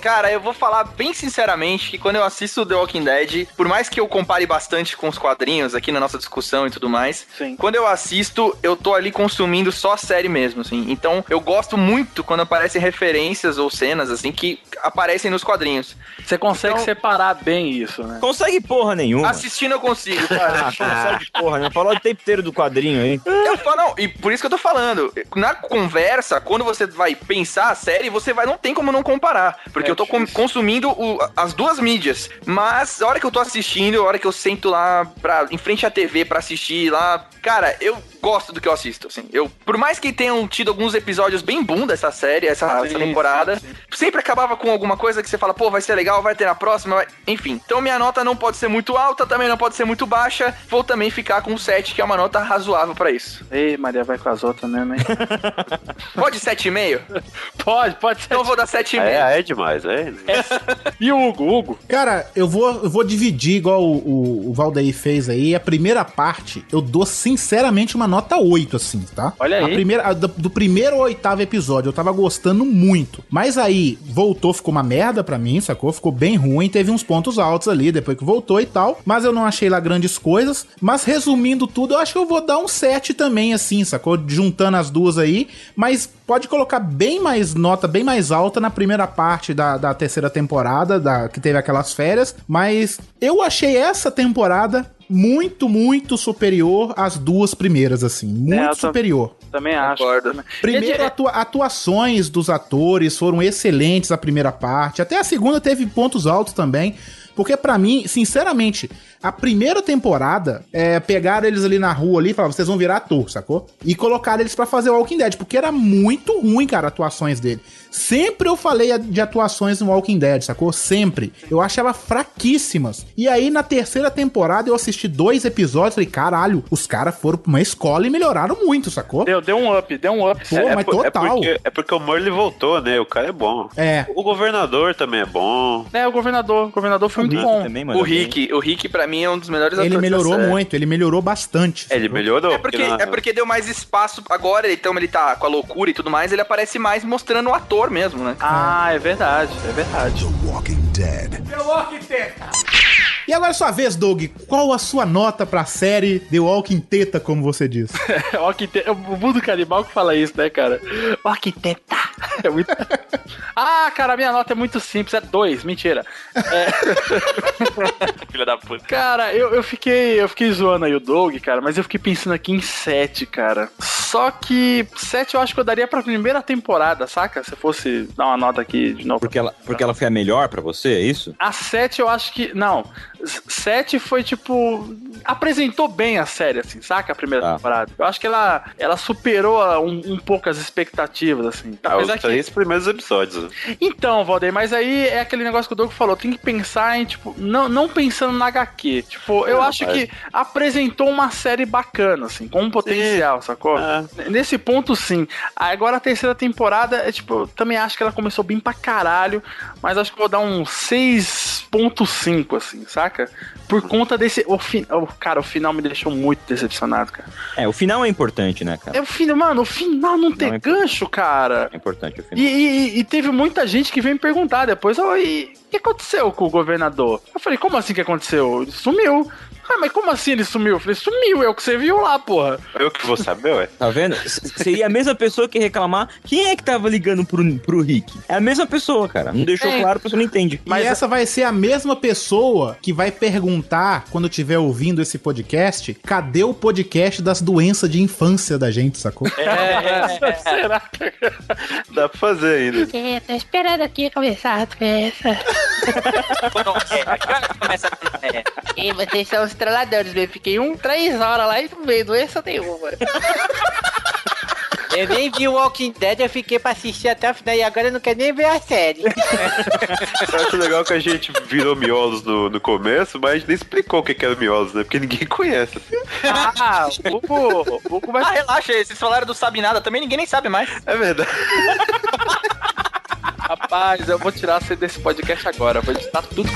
Cara, eu vou falar bem sinceramente que quando eu assisto The Walking Dead, por mais que eu compare bastante com os quadrinhos aqui na nossa discussão e tudo mais, quando eu assisto, eu tô ali consumindo só a série mesmo, assim. Então, eu gosto muito quando aparecem referências ou cenas, assim, que aparecem nos quadrinhos. Você consegue Então- separar bem isso, né? Consegue porra nenhuma. Assistindo eu consigo, Ah, cara. consegue porra, né? Falou o tempo inteiro do quadrinho aí. Eu falo, não, e por isso que eu tô falando. Na conversa, quando você vai pensar a série, você vai, não tem como não comparar. Porque eu tô com- consumindo o- as duas mídias. Mas a hora que eu tô assistindo, a hora que eu sento lá pra, em frente à TV pra assistir lá, cara, eu gosto do que eu assisto, assim. Eu, por mais que tenham tido alguns episódios bem bom dessa série, essa, Ah, essa temporada, sempre acabava com alguma coisa que você fala, pô, vai ser legal, vai ter na próxima, vai- enfim. Então minha nota não pode ser muito alta, também não pode ser muito baixa. Vou também ficar com 7, que é uma nota razoável pra isso. Ei, Maria, vai com as outras mesmo, hein? Pode 7,5? pode, pode ser. Então eu vou dar 7,5. É, é demais, é. E o Hugo, Hugo? Cara, eu vou, eu vou dividir igual o, o, o Valdeir fez aí. A primeira parte, eu dou sinceramente uma nota 8, assim, tá? Olha A aí. primeira, a do, do primeiro ao oitavo episódio, eu tava gostando muito. Mas aí, voltou, ficou uma merda pra mim, sacou? Ficou bem ruim, teve uns pontos altos ali, depois que voltou e tal. Mas eu não achei lá grandes coisas. Mas resumindo tudo, eu acho que eu vou dar um 7 também, assim, sacou? Juntando as duas aí. Mas pode colocar bem mais nota, bem mais alta na primeira parte da, da terceira temporada, da, que teve aquelas férias, mas eu achei essa temporada muito, muito superior às duas primeiras, assim. Muito É, eu tô- superior. Também acho. Concordo. Primeiro, atua- atuações dos atores foram excelentes a primeira parte. Até a segunda teve pontos altos também. Porque pra mim, sinceramente, a primeira temporada, é, pegaram eles ali na rua ali e falaram, vocês vão virar ator, sacou? E colocaram eles pra fazer o Walking Dead, porque era muito ruim, cara, atuações dele. Sempre eu falei a- de atuações no Walking Dead, sacou? Sempre. Eu achava fraquíssimas. E aí, na terceira temporada, eu assisti dois episódios e falei, caralho, os caras foram pra uma escola e melhoraram muito, sacou? Deu, deu um up, deu um up. Pô, mas É, por- total. porque, é porque o Merle voltou, né? O cara é bom. É. O governador também é bom. É, o governador. O governador foi muito Rick bom. também, mano. Ah, O Rick, o Rick pra mim é um dos melhores Ele atores da melhorou série. muito, ele melhorou bastante. É, ele melhorou. É porque, é porque deu mais espaço agora, então ele tá com a loucura e tudo mais, ele aparece mais mostrando o ator mesmo, né? Ah, é verdade, é verdade. The Walking Dead. E agora é sua vez, Doug. Qual a sua nota pra série The Walking Teta, como você diz? o, arquiteto, o mundo canibal que fala isso, né, cara? O arquiteta. É muito... Ah, cara, minha nota é muito simples, é dois, mentira. É... Filha da puta. Cara, eu, eu fiquei eu fiquei zoando aí o Doug, cara, mas eu fiquei pensando aqui em sete, cara. Só que 7 eu acho que eu daria pra primeira temporada, saca? Se eu fosse dar uma nota aqui de novo. Porque ela, porque ela foi a melhor pra você, é isso? A 7 eu acho que. Não. 7 foi tipo. Apresentou bem a série, assim, saca? A primeira Tá. temporada. Eu acho que ela, ela superou a- um, um pouco as expectativas, assim. Ah, os Apesar que- três primeiros episódios. Então, Valdeir, mas aí é aquele negócio que o Doug falou, tem que pensar em, tipo, não, não pensando na HQ. Tipo, eu Não, acho mas- que apresentou uma série bacana, assim, com um potencial, sacou? Ah. É, N- Nesse ponto, sim. Agora a terceira temporada, é tipo, eu também acho que ela começou bem pra caralho, mas acho que eu vou dar um 6.5, assim, saca? Por Uhum. conta desse. O fi... o- cara, o final me deixou muito decepcionado, cara. É, o final é importante, né, cara? É o final, mano, o final não tem gancho, cara. É importante o E, final. e- e- e teve muita gente que veio me perguntar depois, "Ô, e o que aconteceu com o governador? Eu falei, como assim que aconteceu? Ele sumiu. Ah, mas como assim ele sumiu? Eu falei, sumiu, é o que você viu lá, porra. Eu que vou saber, ué. Tá vendo? S- Seria a mesma pessoa que reclamar. Quem é que tava ligando pro, pro Rick? É a mesma pessoa, cara. Não deixou É. claro, a pessoa não entende. Mas assim, essa vai ser a mesma pessoa que vai perguntar, quando estiver ouvindo esse podcast, cadê o podcast das doenças de infância da gente, sacou? É, Será que Dá pra fazer ainda. É, tô esperando aqui começar as peças. E vocês são os trolladores, eu fiquei um, três horas lá e não veio doença nenhuma. Eu nem vi o Walking Dead, eu fiquei pra assistir até o final e agora eu não quero nem ver a série. Eu acho legal que a gente virou miolos no, no começo, mas a gente nem explicou o que que era miolos, né? Porque ninguém conhece. Ah, Tipo, o Buco vai... Ah, relaxa, vocês falaram do Sabe Nada, também ninguém nem sabe mais. É verdade. Rapaz, eu vou tirar você desse podcast agora, eu vou editar tudo.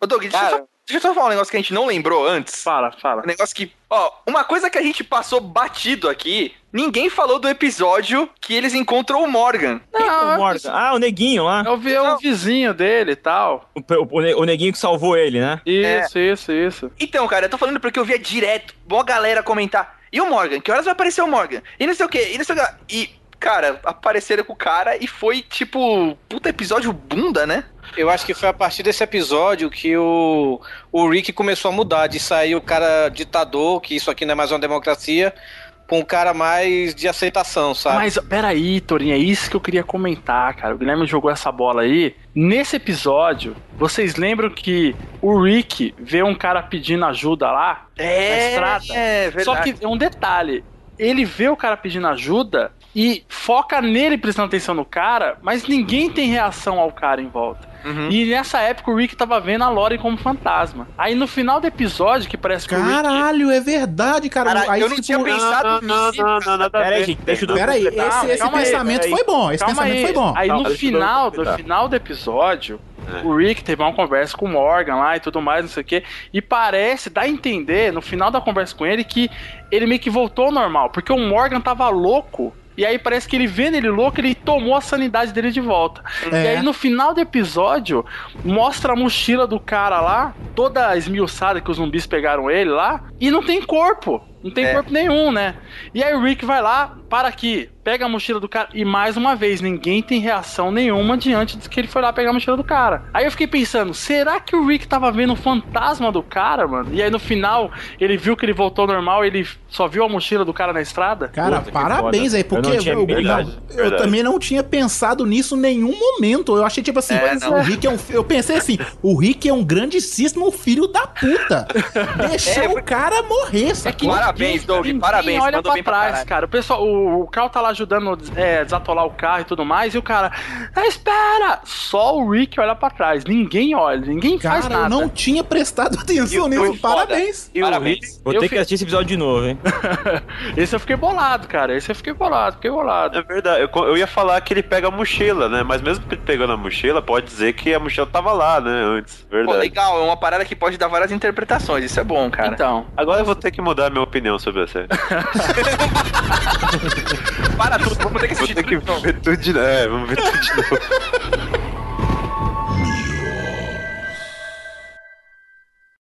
Ô, Doug, deixa, eu só, deixa eu só falar um negócio que a gente não lembrou antes. Fala, fala. Um negócio que. Ó, uma coisa que a gente passou batido aqui, ninguém falou do episódio que eles encontram o Morgan. o Morgan? Ah, o neguinho lá. Eu vi o vizinho dele e tal. O, ne- o neguinho que salvou ele, né? Isso, isso, isso. Então, cara, eu tô falando porque eu via direto, boa galera comentar. E o Morgan? Que horas vai aparecer o Morgan? E não sei o quê, e não sei o quê. E, cara, apareceram com o cara e foi tipo. Puta episódio bunda, né? Eu acho que foi a partir desse episódio que o, o Rick começou a mudar, de sair o cara ditador, que isso aqui não é mais uma democracia, pra um cara mais de aceitação, tá. sabe? Mas peraí, Torinho, é isso que eu queria comentar, cara. O Guilherme jogou essa bola aí. Nesse episódio, vocês lembram que o Rick vê um cara pedindo ajuda lá na É, estrada? é verdade. Só que é um detalhe. Ele vê o cara pedindo ajuda e foca nele prestando atenção no cara, mas ninguém tem reação ao cara em volta. E nessa época o Rick tava vendo a Lori como fantasma. Aí no final do episódio, que parece que o Rick Caralho, é verdade, cara. Cara, eu não tinha pensado não, nisso. não, não, não, Pera aí, Peraí, gente, deixa deixa eu eu dar um Peraí, esse, esse Calma aí, pensamento peraí. foi bom. Esse Calma pensamento aí. foi bom. Aí no Calma. final, no final do episódio, o Rick teve uma conversa com o Morgan lá e tudo mais, não sei o quê. E parece, dá a entender, no final da conversa com ele, que ele meio que voltou ao normal. Porque o Morgan tava louco. E aí parece que ele vendo ele louco, ele tomou a sanidade dele de volta. É. E aí no final do episódio, mostra a mochila do cara lá, toda esmiuçada que os zumbis pegaram ele lá, e não tem corpo. Não tem É. corpo nenhum, né? E aí o Rick vai lá, para aqui, pega a mochila do cara, e mais uma vez, ninguém tem reação nenhuma diante de que ele foi lá pegar a mochila do cara. Aí eu fiquei pensando, será que o Rick tava vendo o fantasma do cara, mano? E aí no final, ele viu que ele voltou ao normal, ele só viu a mochila do cara na estrada? Cara, parabéns aí, porque eu, eu- eu também não tinha pensado nisso em nenhum momento. Eu achei tipo assim, É, o não. Rick é um. Eu pensei assim, o Rick é um grandíssimo filho da puta. Deixar É, o cara morrer, É que sacou? ninguém- ninguém olha pra trás, cara. O pessoal, o, o Cal tá lá ajudando é, desatolar o carro e tudo mais, e o cara, "Ah, espera! Só o Rick olha pra trás, ninguém olha, ninguém faz Cara, eu nada. não tinha prestado atenção nisso. Parabéns. Vou Eu fi- ter que assistir esse episódio de novo, hein? Esse eu fiquei bolado, cara. Esse eu fiquei bolado, fiquei bolado. É verdade. Eu, co- eu ia falar que ele pega a mochila, né? Mas mesmo que ele pegando a mochila, pode dizer que a mochila tava lá, né? Antes. Pô, Verdade. legal, é uma parada que pode dar várias interpretações, isso é bom, cara. Então. Agora eu vou ter que mudar a minha opinião sobre a série. Para tudo, vamos ter que assistir Tipo Vou ter que ver tudo de novo. É, vamos ver tudo de novo.